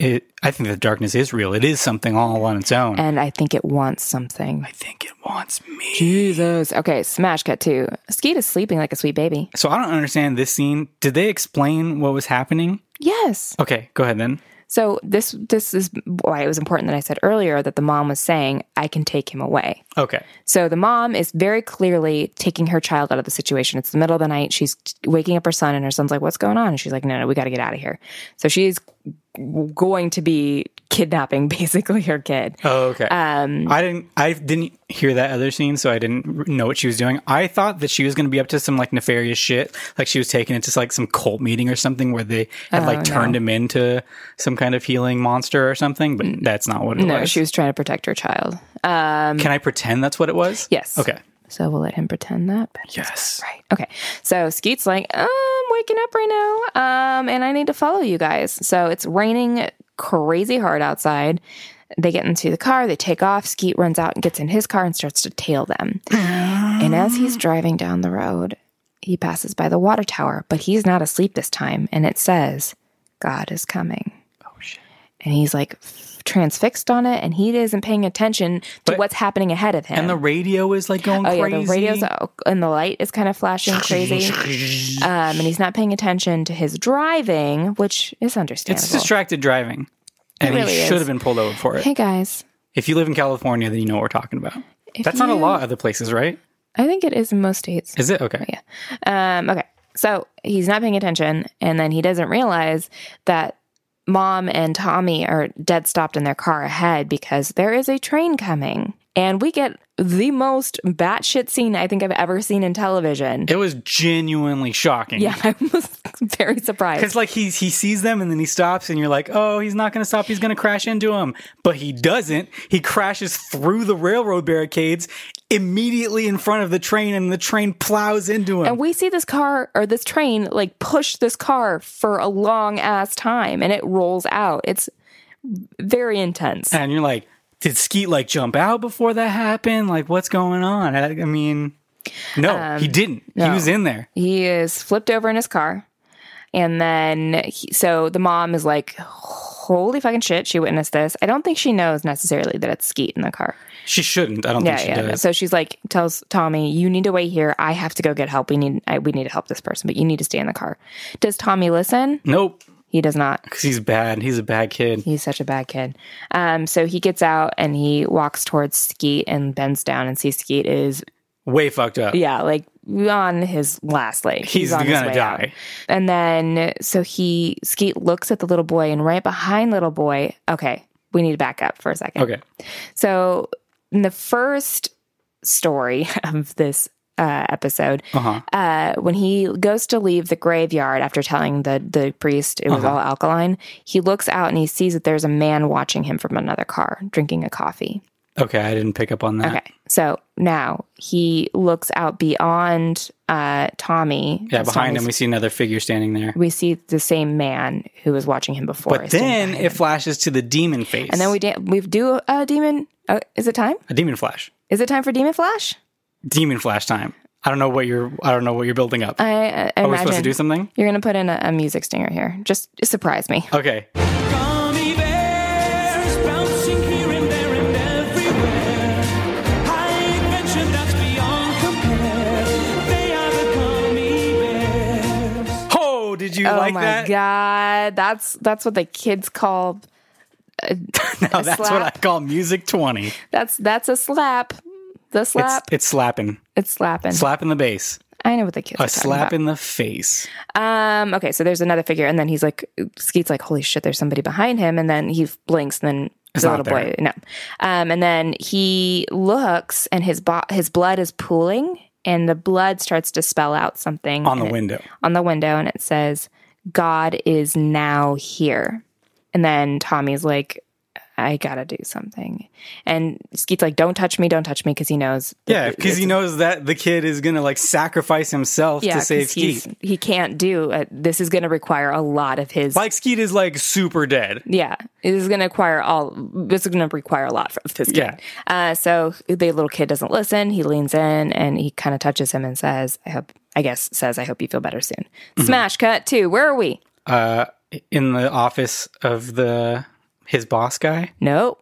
Speaker 1: It, I think the darkness is real. It is something all on its own.
Speaker 2: and I think it wants something.
Speaker 1: I think it wants me.
Speaker 2: Jesus. Okay, smash cut two. Skeet is sleeping like a sweet baby.
Speaker 1: So I don't understand this scene. Did they explain what was happening?
Speaker 2: Yes.
Speaker 1: Okay, go ahead then.
Speaker 2: So this this is why it was important that I said earlier that the mom was saying, I can take him away.
Speaker 1: Okay.
Speaker 2: So the mom is very clearly taking her child out of the situation. It's the middle of the night. She's waking up her son, and her son's like, "What's going on?" And she's like, "No, no, we got to get out of here." So she's going to be kidnapping basically her kid.
Speaker 1: Oh, okay. Um, I didn't. I didn't hear that other scene, so I didn't know what she was doing. I thought that she was going to be up to some like nefarious shit, like she was taken into like some cult meeting or something where they had
Speaker 2: Oh,
Speaker 1: like turned him into some kind of healing monster or something. But that's not what it
Speaker 2: Mm. No,
Speaker 1: was.
Speaker 2: she was trying to protect her child.
Speaker 1: Can I pretend that's what it was?
Speaker 2: Yes.
Speaker 1: Okay.
Speaker 2: So we'll let him pretend that. But
Speaker 1: Yes.
Speaker 2: Right. Okay. So Skeet's like, I'm waking up right now, um, and I need to follow you guys. So it's raining crazy hard outside. They get into the car, they take off. Skeet runs out and gets in his car and starts to tail them. and as he's
Speaker 1: Ah.
Speaker 2: driving down the road, he passes by the water tower, but he's not asleep this time. And it says, God is coming. Oh, shit. And he's like f- transfixed on it, and he isn't paying attention to what's happening ahead of him.
Speaker 1: And the radio is like going
Speaker 2: Oh
Speaker 1: crazy.
Speaker 2: yeah, the radio's out and the light is kind of flashing crazy, um, and he's not paying attention to his driving, which is understandable.
Speaker 1: It's distracted driving, and
Speaker 2: really
Speaker 1: he
Speaker 2: is.
Speaker 1: should have been pulled over for it.
Speaker 2: hey guys,
Speaker 1: If you live in California, then you know what we're talking about. That's not a
Speaker 2: you-
Speaker 1: law other places, right?
Speaker 2: I think it is in most states.
Speaker 1: Is it okay?
Speaker 2: Yeah. Um, okay, so he's not paying attention, and then he doesn't realize that mom and Tommy are dead stopped in their car ahead because there is a train coming, and we get the most batshit scene I think I've ever seen in television.
Speaker 1: It was genuinely shocking.
Speaker 2: yeah, I was very surprised.
Speaker 1: Because like he he sees them and then he stops and you're like, oh, he's not going to stop. He's going to crash into him, but he doesn't. He crashes through the railroad barricades immediately in front of the train, and the train plows into him.
Speaker 2: And we see this car or this train like push this car for a long ass time and it rolls out. It's very intense.
Speaker 1: and you're like, did Skeet like jump out before that happened? Like, what's going on? I, I mean, no, he didn't. He
Speaker 2: Um, no.
Speaker 1: was in there.
Speaker 2: He is flipped over in his car. And then, he, so the mom is like, holy fucking shit, she witnessed this. I don't think she knows necessarily that it's Skeet in the car.
Speaker 1: She shouldn't. I don't
Speaker 2: Yeah,
Speaker 1: think she
Speaker 2: yeah.
Speaker 1: does.
Speaker 2: So she's like, tells Tommy, "You need to wait here. I have to go get help. We need, I, we need to help this person, but you need to stay in the car." Does Tommy listen?
Speaker 1: nope,
Speaker 2: He does not.
Speaker 1: because he's bad. He's a bad kid.
Speaker 2: He's such a bad kid. Um, so he gets out and he walks towards Skeet and bends down and sees Skeet is
Speaker 1: Way fucked up.
Speaker 2: yeah, like on his last leg.
Speaker 1: He's
Speaker 2: on his
Speaker 1: gonna
Speaker 2: way out.
Speaker 1: die.
Speaker 2: And then so he Skeet looks at the little boy and right behind little boy. Okay, we need to back up for a second.
Speaker 1: Okay.
Speaker 2: So in the first story of this uh, episode,
Speaker 1: Uh-huh.
Speaker 2: uh, when he goes to leave the graveyard after telling the the priest it was
Speaker 1: Uh-huh.
Speaker 2: all alkaline, he looks out and he sees that there's a man watching him from another car drinking a coffee.
Speaker 1: Okay, I didn't pick up on that.
Speaker 2: Okay, so now he looks out beyond uh, Tommy.
Speaker 1: Yeah,
Speaker 2: That's
Speaker 1: behind
Speaker 2: Tommy's-
Speaker 1: him we see another figure standing there.
Speaker 2: we see the same man who was watching him before.
Speaker 1: But
Speaker 2: standing
Speaker 1: then it
Speaker 2: behind him.
Speaker 1: flashes to the demon face.
Speaker 2: and then we da- we do a demon. Uh, is it time?
Speaker 1: a demon flash.
Speaker 2: Is it time for demon flash?
Speaker 1: Demon flash time. I don't know what you're I don't know what you're building up.
Speaker 2: I, I
Speaker 1: Are
Speaker 2: imagine
Speaker 1: we supposed to do something?
Speaker 2: you're gonna put in a, a music stinger here. Just surprise me.
Speaker 1: Okay.
Speaker 6: Gummy bears bouncing here and there and everywhere. High adventure that's beyond compare. They are the gummy bears.
Speaker 1: Oh, did you
Speaker 2: Oh
Speaker 1: like
Speaker 2: my
Speaker 1: that?
Speaker 2: god, that's that's what the kids call
Speaker 1: No, that's what I
Speaker 2: slap.
Speaker 1: call music 20.
Speaker 2: that's that's a slap. The
Speaker 1: It's
Speaker 2: slap, it's,
Speaker 1: it's slapping.
Speaker 2: slapping.
Speaker 1: Slap in the base.
Speaker 2: I know what the kids.
Speaker 1: A
Speaker 2: are talking
Speaker 1: slap
Speaker 2: about.
Speaker 1: in the face.
Speaker 2: Um. Okay, so there's another figure, and then he's like, Skeet's like, "Holy shit!" There's somebody behind him, and then he f- blinks, and then the
Speaker 1: not
Speaker 2: little boy, no, um, and then he looks, and his bo- his blood is pooling, and the blood starts to spell out something
Speaker 1: On the
Speaker 2: and it-
Speaker 1: window.
Speaker 2: on the window, and it says, "God is now here," and then Tommy's like. I gotta do something, and Skeet's like, "Don't touch me! Don't touch me!" Because he knows. that
Speaker 1: Yeah, because
Speaker 2: it's-
Speaker 1: he knows that the kid is gonna like sacrifice himself to
Speaker 2: 'cause
Speaker 1: save
Speaker 2: he's-
Speaker 1: Skeet.
Speaker 2: He can't do. it. this is going to require a lot of his.
Speaker 1: Like Skeet is like super dead.
Speaker 2: Yeah, it is going to require all. This is going to require a lot of this kid.
Speaker 1: Yeah.
Speaker 2: Uh, so the little kid doesn't listen. He leans in and he kind of touches him and says, "I hope." I guess says, "I hope you feel better soon."
Speaker 1: Mm-hmm.
Speaker 2: Smash cut two. Where are we?
Speaker 1: In the office of the his boss guy.
Speaker 2: Nope.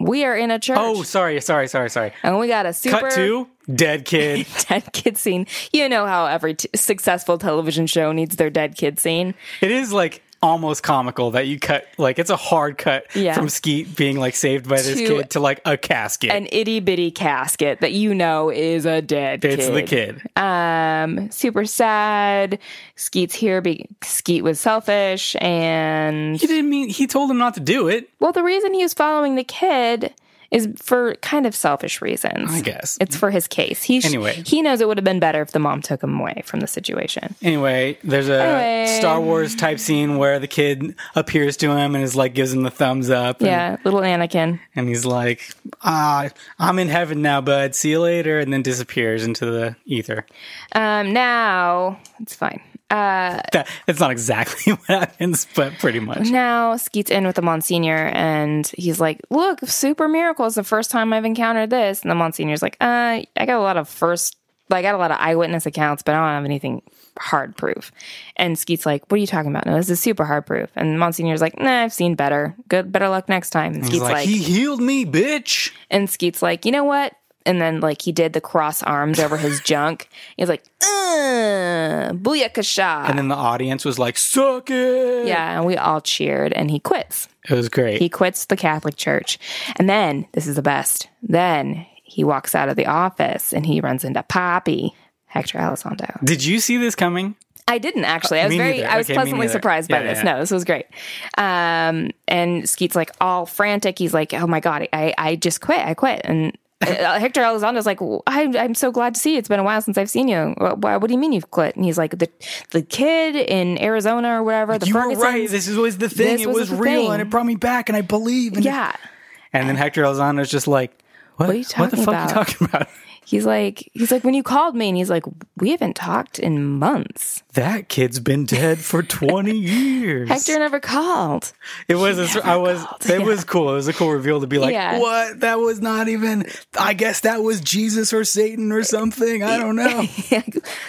Speaker 2: We are in a church.
Speaker 1: Oh, sorry, sorry, sorry, sorry.
Speaker 2: And we got a super
Speaker 1: Cut to dead kid.
Speaker 2: dead kid scene. You know how every t- successful television show needs their dead kid scene.
Speaker 1: It is like almost comical that you cut like it's a hard cut
Speaker 2: Yeah.
Speaker 1: from Skeet being like saved by this
Speaker 2: To-
Speaker 1: kid to like a casket.
Speaker 2: An itty bitty casket that you know is a dead
Speaker 1: it's the kid.
Speaker 2: Um, super sad. Skeet's here. Be- Skeet was selfish. And,
Speaker 1: He didn't mean he told him not to do it.
Speaker 2: well, the reason he was following the kid is for kind of selfish reasons.
Speaker 1: I guess.
Speaker 2: It's for his case. He sh-
Speaker 1: Anyway.
Speaker 2: He knows it would have been better if the mom took him away from the situation.
Speaker 1: Anyway, there's a
Speaker 2: Anyway.
Speaker 1: Star Wars type scene where the kid appears to him and is like gives him the thumbs up. and-
Speaker 2: Yeah, little Anakin.
Speaker 1: And he's like, ah, I'm in heaven now, bud. See you later. And then disappears into the ether.
Speaker 2: Um, now it's fine. Uh,
Speaker 1: That, that's not exactly what happens, but pretty much.
Speaker 2: now Skeet's in with the Monsignor, and he's like, "Look, super miracle is the first time I've encountered this." And the Monsignor's like, "Uh, I got a lot of first, I got a lot of eyewitness accounts, but I don't have anything hard proof." And Skeet's like, "What are you talking about? No, this is super hard proof." And Monsignor's like, "Nah, I've seen better. Good, better luck next time." And
Speaker 1: He's
Speaker 2: Skeet's
Speaker 1: like,
Speaker 2: like,
Speaker 1: he healed me, bitch.
Speaker 2: And Skeet's like, you know what? And then like he did the cross arms over his junk. He's like, "Uh, booyakasha.
Speaker 1: And then the audience was like, suck it.
Speaker 2: yeah, and we all cheered and he quits.
Speaker 1: It was great.
Speaker 2: He quits the Catholic Church. And then, this is the best, then he walks out of the office and he runs into Poppy, Hector Elizondo.
Speaker 1: Did you see this coming?
Speaker 2: I didn't actually. I was
Speaker 1: me
Speaker 2: very,
Speaker 1: neither.
Speaker 2: I was
Speaker 1: Okay, me
Speaker 2: pleasantly
Speaker 1: neither.
Speaker 2: surprised by
Speaker 1: Yeah,
Speaker 2: this.
Speaker 1: yeah.
Speaker 2: No, this was great. Um, and Skeet's like all frantic. He's like, "Oh my god, I, I just quit. I quit." And uh, Hector Elizondo's like, "Well, I, "I'm so glad to see you. It's been a while since I've seen you. What, what do you mean you've quit?" And he's like, "The the kid in Arizona or whatever. The
Speaker 1: you were
Speaker 2: Fergusons."
Speaker 1: right. This was the thing.
Speaker 2: This
Speaker 1: It
Speaker 2: was
Speaker 1: was
Speaker 2: the
Speaker 1: real
Speaker 2: thing.
Speaker 1: and it brought me back and I believe. And,
Speaker 2: yeah."
Speaker 1: and then Hector Elizondo's just like, what,
Speaker 2: What are you
Speaker 1: the
Speaker 2: talking
Speaker 1: fuck
Speaker 2: about?
Speaker 1: are you talking about?
Speaker 2: He's like, he's like, when you called me, and he's like, we haven't talked in months.
Speaker 1: That kid's been dead for 20 years.
Speaker 2: Hector never called.
Speaker 1: It was. A, I was. It was cool. It was a cool reveal to be like,
Speaker 2: Yeah.
Speaker 1: "What? That was not even. I guess that was Jesus or Satan or something. I don't know."
Speaker 2: I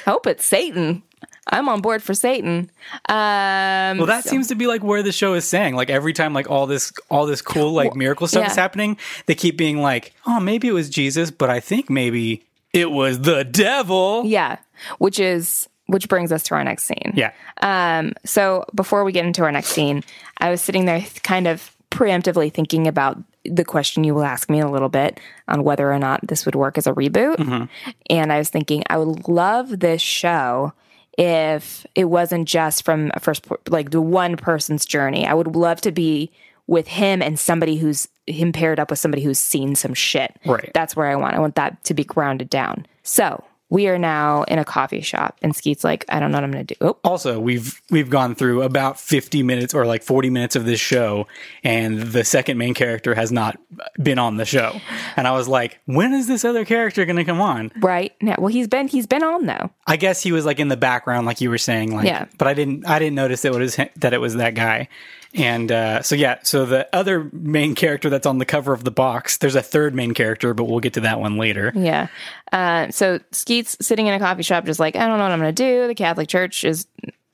Speaker 2: hope it's Satan. I'm on board for Satan. Um,
Speaker 1: well, that seems to be like where the show is saying. Like every time, like all this, all this cool like miracle stuff
Speaker 2: yeah.
Speaker 1: is happening, they keep being like, "Oh, maybe it was Jesus, but I think maybe it was the devil."
Speaker 2: Yeah, which is which brings us to our next scene.
Speaker 1: Yeah.
Speaker 2: Um, so before we get into our next scene, I was sitting there th- kind of preemptively thinking about the question you will ask me in a little bit on whether or not this would work as a reboot. And I was thinking I would love this show if it wasn't just from a first per- like the one person's journey. I would love to be with him and somebody who's him paired up with somebody who's seen some shit.
Speaker 1: Right.
Speaker 2: That's where I want. I want that to be grounded down. So we are now in a coffee shop, and Skeet's like, I don't know what I'm going to do. Oh,
Speaker 1: Also, we've we've gone through about 50 minutes or like 40 minutes of this show and the second main character has not been on the show. And I was like, "When is this other character going to come on?"
Speaker 2: right now. Well, he's been he's been on though.
Speaker 1: I guess he was like in the background, like you were saying, like.
Speaker 2: Yeah.
Speaker 1: But I didn't, I didn't notice that it was him- that it was that guy, and uh, so yeah. So the other main character that's on the cover of the box, there's a third main character, but we'll get to that one later.
Speaker 2: Yeah. Uh, so Skeet's sitting in a coffee shop, just like I don't know what I'm going to do. The Catholic Church is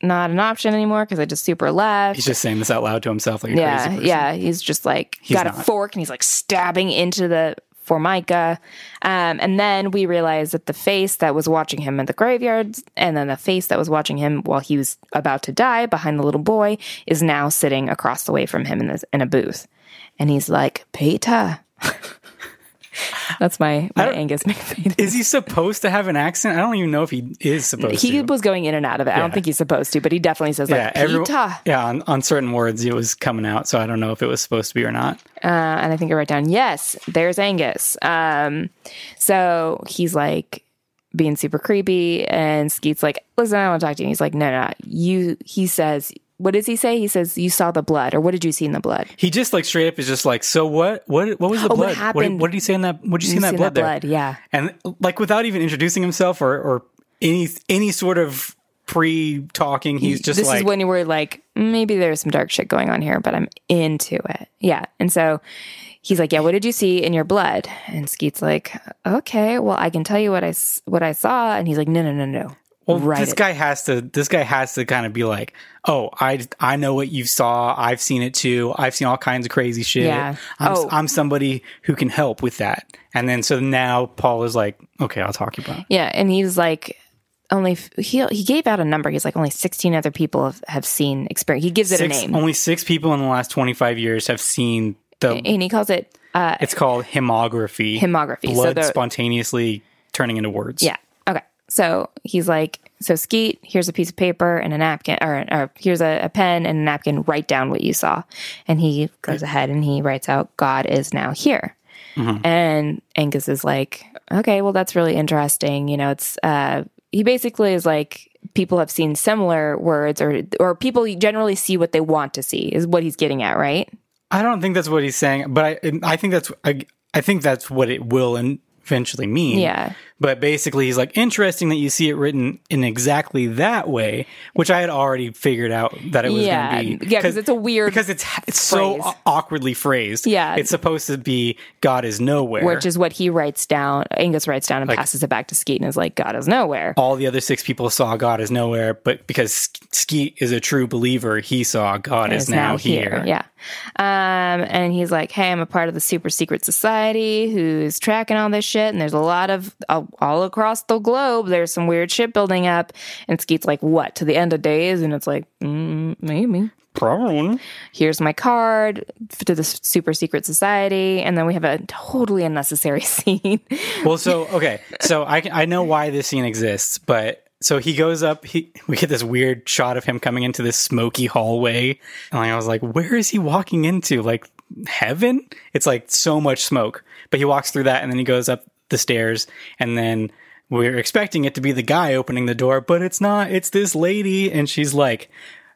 Speaker 2: not an option anymore because I just super left.
Speaker 1: He's just saying this out loud to himself, like a crazy
Speaker 2: yeah,
Speaker 1: person.
Speaker 2: yeah. He's just like got a
Speaker 1: not.
Speaker 2: fork and he's like stabbing into the formica. Um, and then we realize that the face that was watching him in the graveyard, and then the face that was watching him while he was about to die behind the little boy, is now sitting across the way from him in this in a booth, and he's like, "Peter." That's my, my Angus McFadden.
Speaker 1: Is he supposed to have an accent? I don't even know if he is supposed
Speaker 2: He
Speaker 1: to.
Speaker 2: was going in and out of it. I don't think he's supposed to, but he definitely says like
Speaker 1: Yeah, every,
Speaker 2: "Peter."
Speaker 1: yeah. On, on certain words, it was coming out, so I don't know if it was supposed to be or not.
Speaker 2: Uh, and I think I write down, yes, there's Angus. Um, so he's like being super creepy, and Skeet's like, listen, I don't want to talk to you. He's like, no, no, you. He says, what does he say? He says, you saw the blood, or what did you see in the blood?
Speaker 1: He just like straight up is just like, so what? What? What was the
Speaker 2: Oh, what
Speaker 1: blood? What, did,
Speaker 2: happened?
Speaker 1: what did he say in that? What did you see in that
Speaker 2: seen
Speaker 1: blood there?
Speaker 2: yeah.
Speaker 1: and like without even introducing himself or or any any sort of pre talking, he's just
Speaker 2: this
Speaker 1: like
Speaker 2: is when you were like, maybe there's some dark shit going on here, but I'm into it. Yeah. And so he's like, yeah, what did you see in your blood? And Skeet's like, okay, well, I can tell you what I s- what I saw. And he's like, no, no, no, no.
Speaker 1: well,
Speaker 2: write
Speaker 1: this
Speaker 2: it.
Speaker 1: guy has to this guy has to kind of be like, oh, I I know what you saw. I've seen it too. I've seen all kinds of crazy shit.
Speaker 2: Yeah.
Speaker 1: I'm,
Speaker 2: Oh.
Speaker 1: I'm somebody who can help with that. And then so now Paul is like, okay, I'll talk about. it.
Speaker 2: Yeah, and he's like, only f- he he gave out a number. He's like only sixteen other people have, have seen experience. He gives it
Speaker 1: Six,
Speaker 2: a name,
Speaker 1: Only six people in the last 25 years have seen the.
Speaker 2: and he calls it uh,
Speaker 1: It's called hemography.
Speaker 2: Hemography. So
Speaker 1: Blood
Speaker 2: the-
Speaker 1: spontaneously turning into words.
Speaker 2: yeah. Okay, so he's like, so Skeet, here's a piece of paper and a napkin, or, or here's a, a pen and a napkin. Write down what you saw, and he goes ahead and he writes out, "God is now here."
Speaker 1: Mm-hmm.
Speaker 2: And Angus is like, okay, well, that's really interesting. You know, it's, uh, he basically is like, people have seen similar words or, or people generally see what they want to see is what he's getting at, right?
Speaker 1: I don't think that's what he's saying, but I I think that's I, I think that's what it will and eventually mean.
Speaker 2: Yeah.
Speaker 1: But basically, he's like, interesting that you see it written in exactly that way, which I had already figured out that it was
Speaker 2: Yeah.
Speaker 1: going to be.
Speaker 2: Yeah, 'cause it's a weird
Speaker 1: because it's it's so
Speaker 2: phrase.
Speaker 1: awkwardly phrased.
Speaker 2: Yeah.
Speaker 1: it's supposed to be God is nowhere,
Speaker 2: Which is what he writes down. Angus writes down and passes it back to Skeet and is like, God is nowhere.
Speaker 1: all the other six people saw God is nowhere, but because Ske- Skeet is a true believer, he saw God is, now, here.
Speaker 2: Yeah. Um, and he's like, hey, I'm a part of the super secret society who's tracking all this shit. And there's a lot of, all, all across the globe, there's some weird shit building up. And Skeet's like, what, to the end of days? And it's like, mm, maybe.
Speaker 1: Probably.
Speaker 2: Here's my card to the super secret society. And then we have a totally unnecessary scene.
Speaker 1: Well, so okay, so I I know why this scene exists, but so he goes up. He we get this weird shot of him coming into this smoky hallway, and like, I was like, where is he walking into? Like heaven? It's like so much smoke. But he walks through that, and then he goes up the stairs, and then we're expecting it to be the guy opening the door, but it's not. It's this lady, and she's like.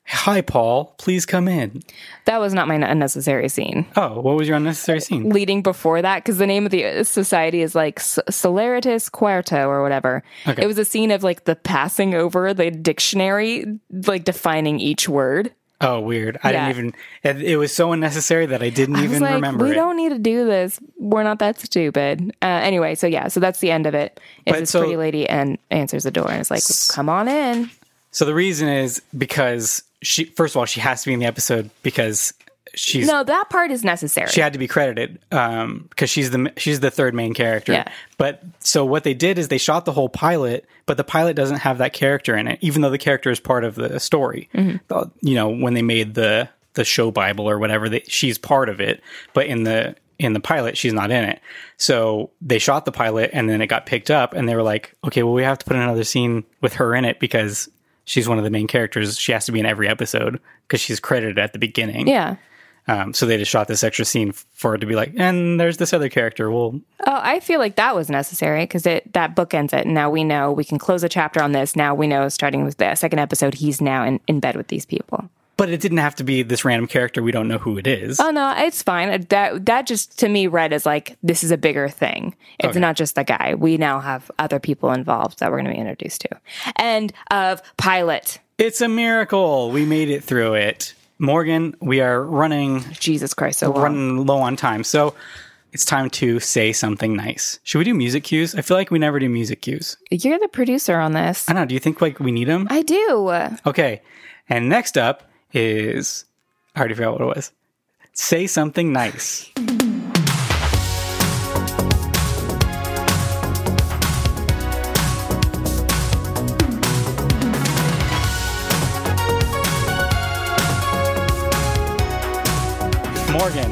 Speaker 1: Hi, Paul. Please come in.
Speaker 2: that was not my unnecessary scene.
Speaker 1: Oh, what was your unnecessary scene?
Speaker 2: leading before that because the name of the society is like S- Celeritas Quarto or whatever.
Speaker 1: Okay.
Speaker 2: It was a scene of like the passing over the dictionary, like defining each word.
Speaker 1: Oh, weird. I
Speaker 2: Yeah.
Speaker 1: didn't even. It, it was so unnecessary that I didn't
Speaker 2: I was
Speaker 1: even
Speaker 2: like,
Speaker 1: remember
Speaker 2: we
Speaker 1: it.
Speaker 2: don't need to do this. We're not that stupid. Uh, anyway, so yeah, so that's the end of it. It's
Speaker 1: But
Speaker 2: this
Speaker 1: so-
Speaker 2: pretty lady and answers the door and is like, come on in.
Speaker 1: So the reason is because she first of all she has to be in the episode because she's
Speaker 2: No, that part is necessary.
Speaker 1: she had to be credited um because she's the she's the third main character.
Speaker 2: Yeah.
Speaker 1: But so what they did is they shot the whole pilot, but the pilot doesn't have that character in it, even though the character is part of the story.
Speaker 2: Mm-hmm.
Speaker 1: The- You know, when they made the the show bible or whatever, they, she's part of it, but in the in the pilot she's not in it. So they shot the pilot and then it got picked up and they were like, okay, well we have to put another scene with her in it because she's one of the main characters. She has to be in every episode because she's credited at the beginning.
Speaker 2: yeah.
Speaker 1: Um, so they just shot this extra scene f- for it to be like, and there's this other character. Well,
Speaker 2: Oh, I feel like that was necessary because it that book ends it. and Now we know we can close a chapter on this. Now we know starting with the second episode, he's now in, in bed with these people.
Speaker 1: but it didn't have to be this random character. We don't know who it is.
Speaker 2: Oh no, it's fine. That that just to me read as like this is a bigger thing. It's not just the guy. We now have other people involved that we're going to be introduced to. End of pilot.
Speaker 1: it's a miracle. We made it through it. Morgan, we are running
Speaker 2: Jesus Christ, so long.
Speaker 1: running low on time. So it's time to say something nice. Should we do music cues? I feel like we never do music cues.
Speaker 2: you're the producer on this.
Speaker 1: I don't know. Do you think like we need them?
Speaker 2: I do.
Speaker 1: Okay. And next up is I already forgot what it was. Say something nice. Morgan,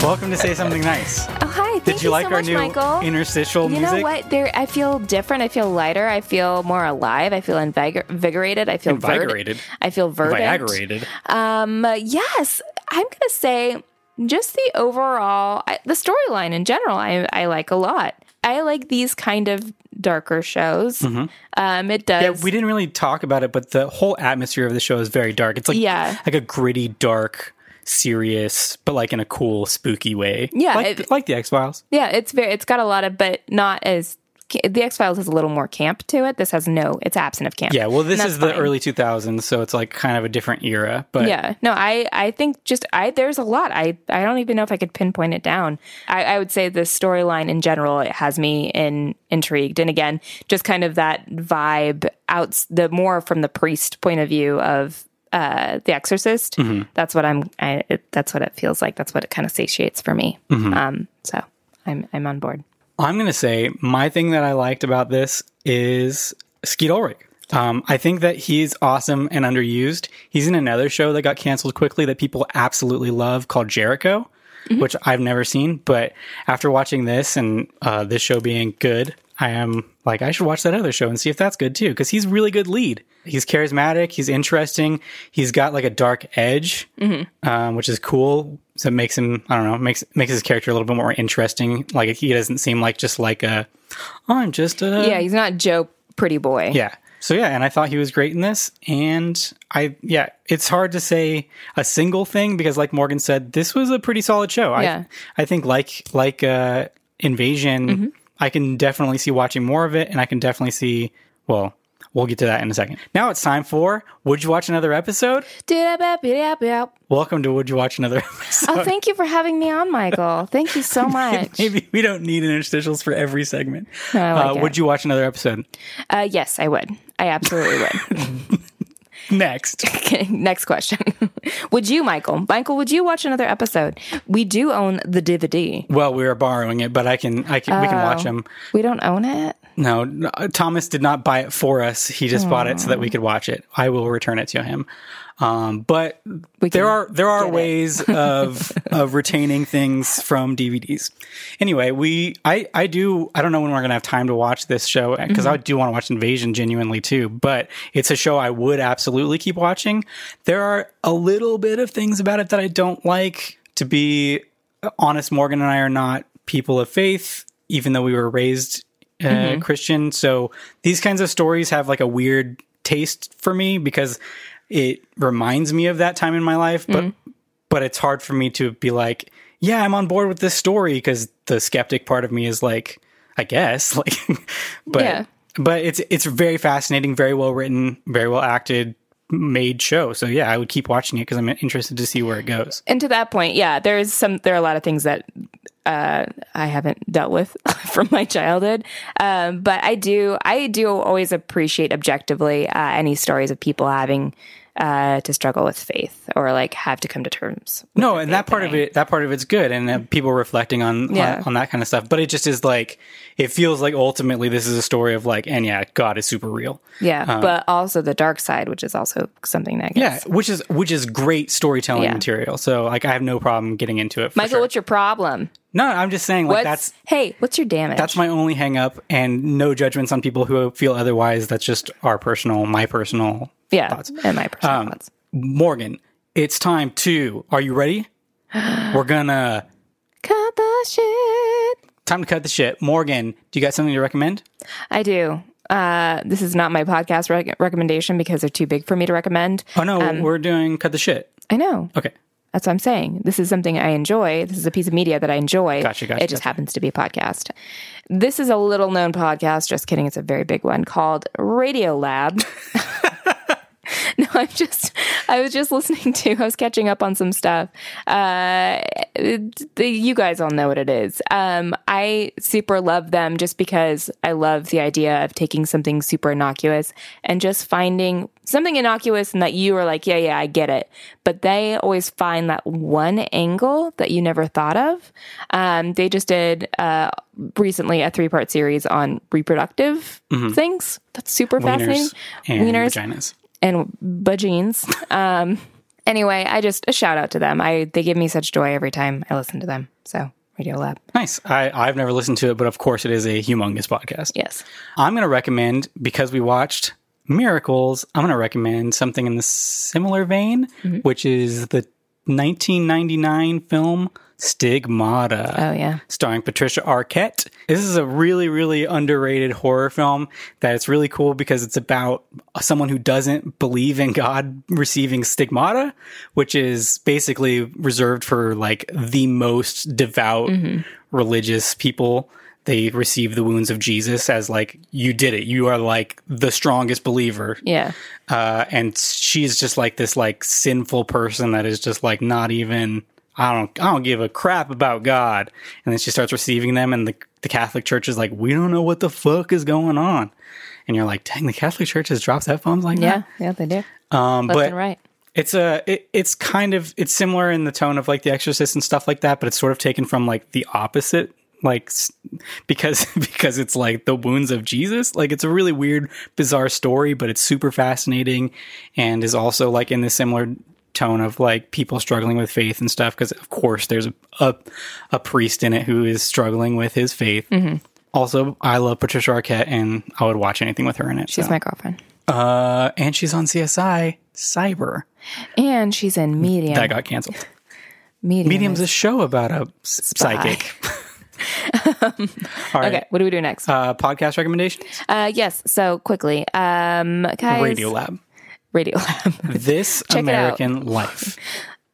Speaker 1: welcome to Say Something Nice.
Speaker 2: Oh hi, thank
Speaker 1: Did you, like
Speaker 2: so
Speaker 1: our
Speaker 2: much,
Speaker 1: new
Speaker 2: Michael.
Speaker 1: interstitial
Speaker 2: you
Speaker 1: music?
Speaker 2: know what? There, I feel different. I feel lighter. I feel more alive. I feel invigor- invigorated. I feel verd-
Speaker 1: Invigorated?
Speaker 2: I feel verdant.
Speaker 1: Viagrated.
Speaker 2: Um, uh, yes, I'm gonna say just the overall, I, the storyline in general, I, I like a lot. I like these kind of darker shows. Um, it does.
Speaker 1: Mm-hmm. Yeah, we didn't really talk about it, but the whole atmosphere of the show is very dark. It's like
Speaker 2: Yeah.
Speaker 1: like a gritty, dark, serious, but like in a cool, spooky way.
Speaker 2: Yeah,
Speaker 1: like,
Speaker 2: it-
Speaker 1: like the X Files.
Speaker 2: Yeah, it's very it's got a lot of but not as the X Files has a little more camp to it. This has no, it's absent of camp.
Speaker 1: Yeah, well,
Speaker 2: And
Speaker 1: this
Speaker 2: that's
Speaker 1: is the
Speaker 2: fine.
Speaker 1: early 2000s, so it's like kind of a different era. But
Speaker 2: Yeah, no, I I think just I there's a lot. I I don't even know if I could pinpoint it down. I, I would say the storyline in general it has me in intrigued, and again, just kind of that vibe out the more from the priest point of view of. Uh, the Exorcist. That's what I'm. I, it, that's what it feels like. That's what it kind of satiates for me. Um, so I'm I'm on board.
Speaker 1: I'm gonna say my thing that I liked about this is Skeet Ulrich. Um, I think that he's awesome and underused. He's in another show that got canceled quickly that people absolutely love called Jericho, which I've never seen. But after watching this and uh, this show being good, I am like, I should watch that other show and see if that's good too, because he's really good lead. He's charismatic, he's interesting, he's got like a dark edge, um, which is cool. So it makes him, I don't know, makes makes his character a little bit more interesting. Like he doesn't seem like just like a, oh, I'm just a
Speaker 2: Yeah, he's not Joe Pretty Boy.
Speaker 1: yeah. So yeah, and I thought he was great in this. And I yeah, it's hard to say a single thing because like Morgan said, this was a pretty solid show.
Speaker 2: Yeah.
Speaker 1: I I think like like uh Invasion,
Speaker 2: Mm-hmm.
Speaker 1: I can definitely see watching more of it and I can definitely see well, we'll get to that in a second. Now it's time for Would You Watch Another Episode?
Speaker 2: Yeah.
Speaker 1: Welcome to Would You Watch Another Episode.
Speaker 2: Oh, thank you for having me on, Michael. Thank you so much.
Speaker 1: Maybe we don't need interstitials for every segment.
Speaker 2: No, I like
Speaker 1: uh,
Speaker 2: it.
Speaker 1: would you watch another episode?
Speaker 2: Uh, yes, I would. I absolutely would.
Speaker 1: Next.
Speaker 2: Okay, next question. would you, Michael? Michael, would you watch another episode? We do own the DVD.
Speaker 1: Well, we were borrowing it, but I can, I can, we
Speaker 2: Oh.
Speaker 1: can watch them.
Speaker 2: We don't own it.
Speaker 1: No, no, Thomas did not buy it for us. He just bought it so that we could watch it. I will return it to him. Um, but there
Speaker 2: can
Speaker 1: are there are
Speaker 2: get it.
Speaker 1: ways of of retaining things from DVDs. Anyway, we I I do I don't know when we're gonna have time to watch this show because
Speaker 2: Mm-hmm.
Speaker 1: I do want to watch Invasion genuinely too. But it's a show I would absolutely keep watching. There are a little bit of things about it that I don't like. To be honest, Morgan and I are not people of faith, even though we were raised uh, Christian. So these kinds of stories have like a weird taste for me because it reminds me of that time in my life. But but it's hard for me to be like, yeah, I'm on board with this story because the skeptic part of me is like, I guess, like, but
Speaker 2: Yeah.
Speaker 1: but it's it's very fascinating, very well written, very well acted, made show. So yeah, I would keep watching it because I'm interested to see where it goes.
Speaker 2: And to that point, yeah, there is some. There are a lot of things that uh, I haven't dealt with from my childhood, um, but I do. I do always appreciate objectively uh, any stories of people having uh, to struggle with faith or like have to come to terms.
Speaker 1: no and that part of it that part of it's good and uh, people reflecting on, on-
Speaker 2: Yeah.
Speaker 1: on that kind of stuff but it just is like it feels like ultimately this is a story of like and yeah god is super real
Speaker 2: Yeah, but also the dark side, which is also something that
Speaker 1: Uh-huh. yeah
Speaker 2: gets-
Speaker 1: which is which is great storytelling
Speaker 2: Yeah.
Speaker 1: material so like i have no problem getting into it for
Speaker 2: Michael,
Speaker 1: sure.
Speaker 2: what's your problem?
Speaker 1: no i'm just saying like
Speaker 2: What's
Speaker 1: that's
Speaker 2: hey? What's your damage?
Speaker 1: that's my only hang up and no judgments on people who feel otherwise that's just our personal my personal
Speaker 2: yeah,
Speaker 1: thoughts Um,
Speaker 2: and my personal thoughts.
Speaker 1: morgan it's time to are you ready we're gonna
Speaker 2: Cut the shit.
Speaker 1: time to cut the shit morgan do you got something to recommend
Speaker 2: I do. Uh, this is not my podcast rec- recommendation because they're too big for me to recommend.
Speaker 1: Oh no, we're doing cut the shit.
Speaker 2: I know.
Speaker 1: Okay.
Speaker 2: That's what I'm saying. This is something I enjoy. This is a piece of media that I enjoy.
Speaker 1: Gotcha, gotcha,
Speaker 2: It just
Speaker 1: gotcha.
Speaker 2: happens to be a podcast. This is a little known podcast. Just kidding. It's a very big one called Radio Lab. no, I'm just, I was just listening to, I was catching up on some stuff. Uh, it- the, you guys all know what it is. Um, I super love them just because I love the idea of taking something super innocuous and just finding something innocuous and that you are like, yeah, yeah, I get it. But they always find that one angle that you never thought of. Um, they just did uh, recently a three part series on reproductive things. That's super fascinating.
Speaker 1: Mm-hmm. Wieners and
Speaker 2: Wieners
Speaker 1: vaginas.
Speaker 2: and vagines. Um, anyway, I just a shout out to them. I they give me such joy every time I listen to them. So Radio Lab,
Speaker 1: Nice. I, I've never listened to it, but of course it is a humongous podcast.
Speaker 2: yes,
Speaker 1: I'm going to recommend because we watched Miracles. I'm going to recommend something in the similar vein, which is the 1999 film Stigmata.
Speaker 2: oh yeah,
Speaker 1: starring Patricia Arquette. This is a really, really underrated horror film that it's really cool because it's about someone who doesn't believe in God receiving stigmata, which is basically reserved for like the most devout religious people. They receive the wounds of Jesus as like, you did it. You are like the strongest believer
Speaker 2: yeah,
Speaker 1: uh, and she's just like this like sinful person that is just like not even I don't I don't give a crap about God. And then she starts receiving them, and the the Catholic Church is like, we don't know what the fuck is going on. And you're like, dang, the Catholic Church has dropped F bombs like
Speaker 2: yeah, yeah. They do
Speaker 1: that. Um,
Speaker 2: left
Speaker 1: but
Speaker 2: and right.
Speaker 1: it's a it, it's kind of it's similar in the tone of like The Exorcist and stuff like that, but it's sort of taken from like the opposite like s- because because it's like the wounds of Jesus. Like it's a really weird, bizarre story, but it's super fascinating and is also like in this similar tone of like people struggling with faith and stuff. Because of course, there's a, a a priest in it who is struggling with his faith.
Speaker 2: Mm-hmm.
Speaker 1: Also, I love Patricia Arquette, and I would watch anything with her in it.
Speaker 2: She's
Speaker 1: so.
Speaker 2: my girlfriend.
Speaker 1: uh, and she's on CSI Cyber
Speaker 2: And she's in Medium.
Speaker 1: that got canceled.
Speaker 2: Medium.
Speaker 1: Medium's a
Speaker 2: is-
Speaker 1: show about a s- psychic. All right.
Speaker 2: Um, okay, what do we do next? Uh,
Speaker 1: Uh, podcast recommendations?
Speaker 2: yes, so quickly. Um, guys,
Speaker 1: Radio Lab.
Speaker 2: Radio Lab.
Speaker 1: This
Speaker 2: Check it
Speaker 1: American Life.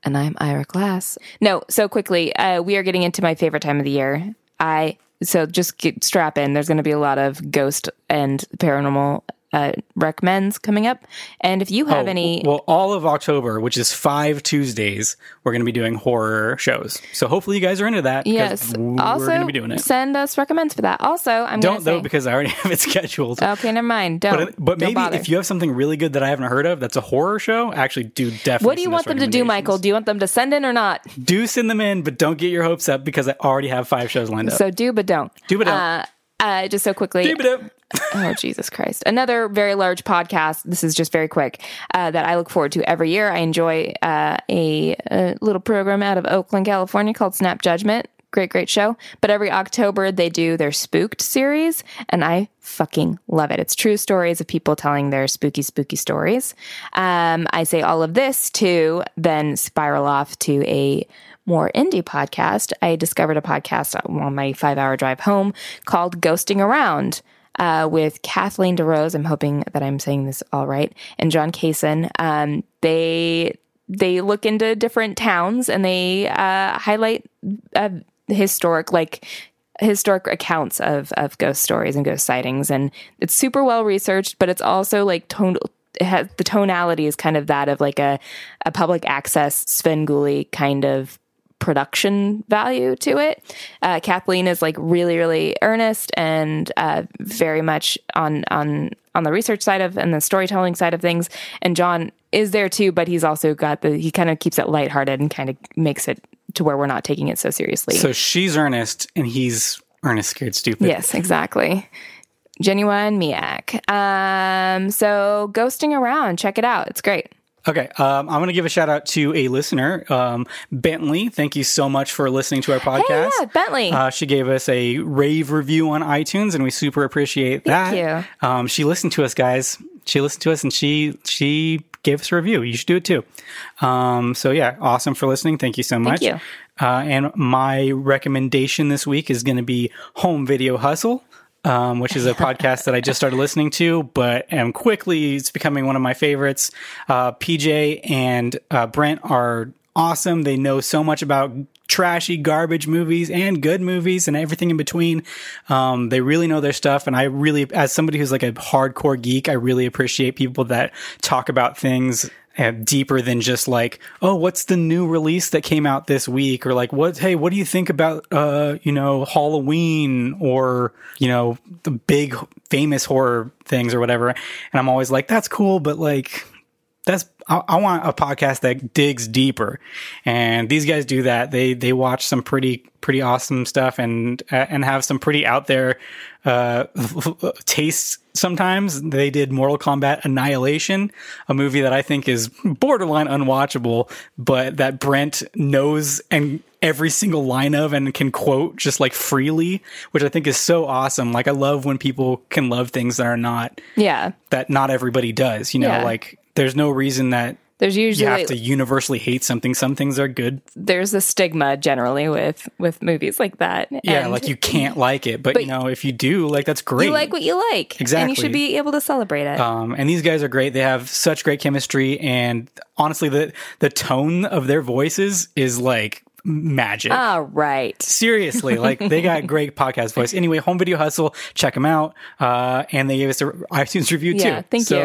Speaker 2: and I'm Ira Glass. No, so quickly, uh, we are getting into my favorite time of the year. I so just get, strap in. There's going to be a lot of ghost and paranormal uh, recommends coming up, and if you have
Speaker 1: Oh,
Speaker 2: any,
Speaker 1: Well, all of October, which is five Tuesdays, we're going to be doing horror shows. So hopefully you guys are into that. 'cause
Speaker 2: yes,
Speaker 1: we're going
Speaker 2: also
Speaker 1: to be doing it.
Speaker 2: send us recommends for that. Also, I'm
Speaker 1: Don't
Speaker 2: gonna
Speaker 1: though,
Speaker 2: say-
Speaker 1: because I already have it scheduled.
Speaker 2: okay, never mind. Don't,
Speaker 1: but uh, but
Speaker 2: Oh, Don't
Speaker 1: maybe
Speaker 2: bother.
Speaker 1: if you have something really good that I haven't heard of, that's a horror show. Actually, do definitely.
Speaker 2: what do you
Speaker 1: send
Speaker 2: want
Speaker 1: us
Speaker 2: them to do, Michael?
Speaker 1: recommendations.
Speaker 2: Do you want them to send in or not?
Speaker 1: Do send them in, but don't get your hopes up because I already have five shows lined up.
Speaker 2: So do but don't.
Speaker 1: Do but don't.
Speaker 2: Uh, uh, just so quickly.
Speaker 1: Keep it up.
Speaker 2: Oh, Jesus Christ. Another very large podcast. This is just very quick uh, that I look forward to every year. I enjoy uh, a, a little program out of Oakland, California called Snap Judgment. Great, great show. But every October, they do their spooked series, and I fucking love it. It's true stories of people telling their spooky, spooky stories. Um, I say all of this to then spiral off to a more indie podcast. I discovered a podcast on my five hour drive home called Ghosting Around uh, with Kathleen DeRose. I'm hoping that I'm saying this all right. And John Kaysen. Um, they they look into different towns and they uh, highlight uh, historic like historic accounts of of ghost stories and ghost sightings. And it's super well researched, but it's also like toned. It has, the tonality is kind of that of like a, a public access Sven kind of production value to it. Uh, Kathleen is like really, really earnest and uh, very much on on on the research side of and the storytelling side of things. And John is there too, but he's also got the he kind of keeps it lighthearted and kind of makes it to where we're not taking it so seriously.
Speaker 1: So she's Ernest and he's Ernest Scared Stupid.
Speaker 2: Yes, exactly. Genuine Miak. Um, so ghosting around, check it out. It's great.
Speaker 1: Okay. Um, I'm going to give a shout out to a listener, um, Bentley. Thank you so much for listening to our podcast.
Speaker 2: yeah, Bentley.
Speaker 1: Uh, she gave us a rave review on iTunes, and we super appreciate that.
Speaker 2: Thank
Speaker 1: you. Um, she listened to us, guys. She listened to us, and she she gave us a review. You should do it too. Um, so yeah, awesome for listening. Thank you so much.
Speaker 2: you.
Speaker 1: Uh, and my recommendation this week is going to be Home Video Hustle. Um, which is a podcast that I just started listening to, but am quickly it's becoming one of my favorites. Uh, PJ and uh, Brent are awesome. They know so much about trashy garbage movies and good movies and everything in between. Um, they really know their stuff. And I really, as somebody who's like a hardcore geek, I really appreciate people that talk about things uh, deeper than just like, oh, what's the new release that came out this week? Or like, what, hey, what do you think about, uh, you know, Halloween or, you know, the big famous horror things or whatever. And I'm always like, that's cool, but like, that's I, I want a podcast that digs deeper and these guys do that they they watch some pretty pretty awesome stuff and uh, and have some pretty out there uh tastes sometimes they did mortal kombat annihilation a movie that i think is borderline unwatchable but that brent knows and every single line of and can quote just like freely which i think is so awesome like i love when people can love things that are not
Speaker 2: Yeah.
Speaker 1: that not everybody does. You know,
Speaker 2: Yeah.
Speaker 1: like there's no reason that
Speaker 2: There's
Speaker 1: you
Speaker 2: usually
Speaker 1: have to universally hate something. Some things are good.
Speaker 2: there's a stigma generally with with movies like that.
Speaker 1: Yeah,
Speaker 2: And
Speaker 1: like you can't like it, but,
Speaker 2: but-
Speaker 1: you know, if you do, like that's great.
Speaker 2: you like what you like, and
Speaker 1: Exactly.
Speaker 2: you should be able to celebrate it.
Speaker 1: um, and these guys are great. They have such great chemistry, and honestly, the the tone of their voices is like magic.
Speaker 2: All right,
Speaker 1: Seriously, like they got great podcast voice. Anyway, Home Video Hustle, check them out. Uh, and they gave us a iTunes review
Speaker 2: yeah,
Speaker 1: too.
Speaker 2: thank
Speaker 1: so
Speaker 2: you.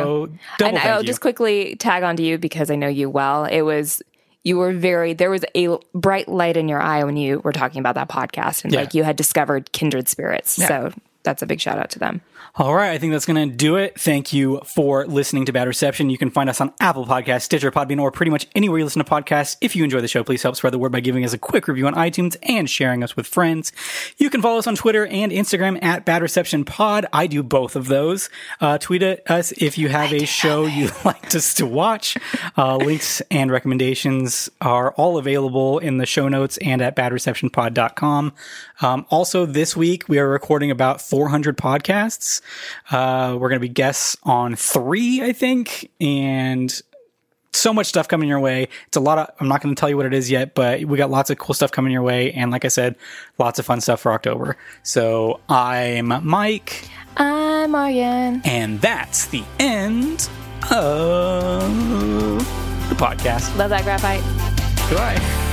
Speaker 1: Double
Speaker 2: and
Speaker 1: thank
Speaker 2: I'll
Speaker 1: you.
Speaker 2: just quickly tag onto you because I know you well. It was you were very there was a bright light in your eye when you were talking about that podcast, and
Speaker 1: Yeah.
Speaker 2: like you had discovered kindred spirits. So that's a big shout out to them.
Speaker 1: All right, I think that's going to do it. Thank you for listening to Bad Reception. You can find us on Apple Podcasts, Stitcher, Podbean, or pretty much anywhere you listen to podcasts. If you enjoy the show, please help spread the word by giving us a quick review on iTunes and sharing us with friends. You can follow us on Twitter and Instagram at Bad Reception Pod. I do both of those. Uh, tweet at us if you have a show you'd like us to watch. Uh, links and recommendations are all available in the show notes and at badreceptionpod.com. Um, also, this week we are recording about 400 podcasts. Uh, we're going to be guests on three, I think, and so much stuff coming your way. It's a lot of, I'm not going to tell you what it is yet, but we got lots of cool stuff coming your way. And like I said, lots of fun stuff for October. So I'm Mike,
Speaker 2: I'm Aryan.
Speaker 1: and that's the end of the podcast.
Speaker 2: Love that graphite.
Speaker 1: Goodbye.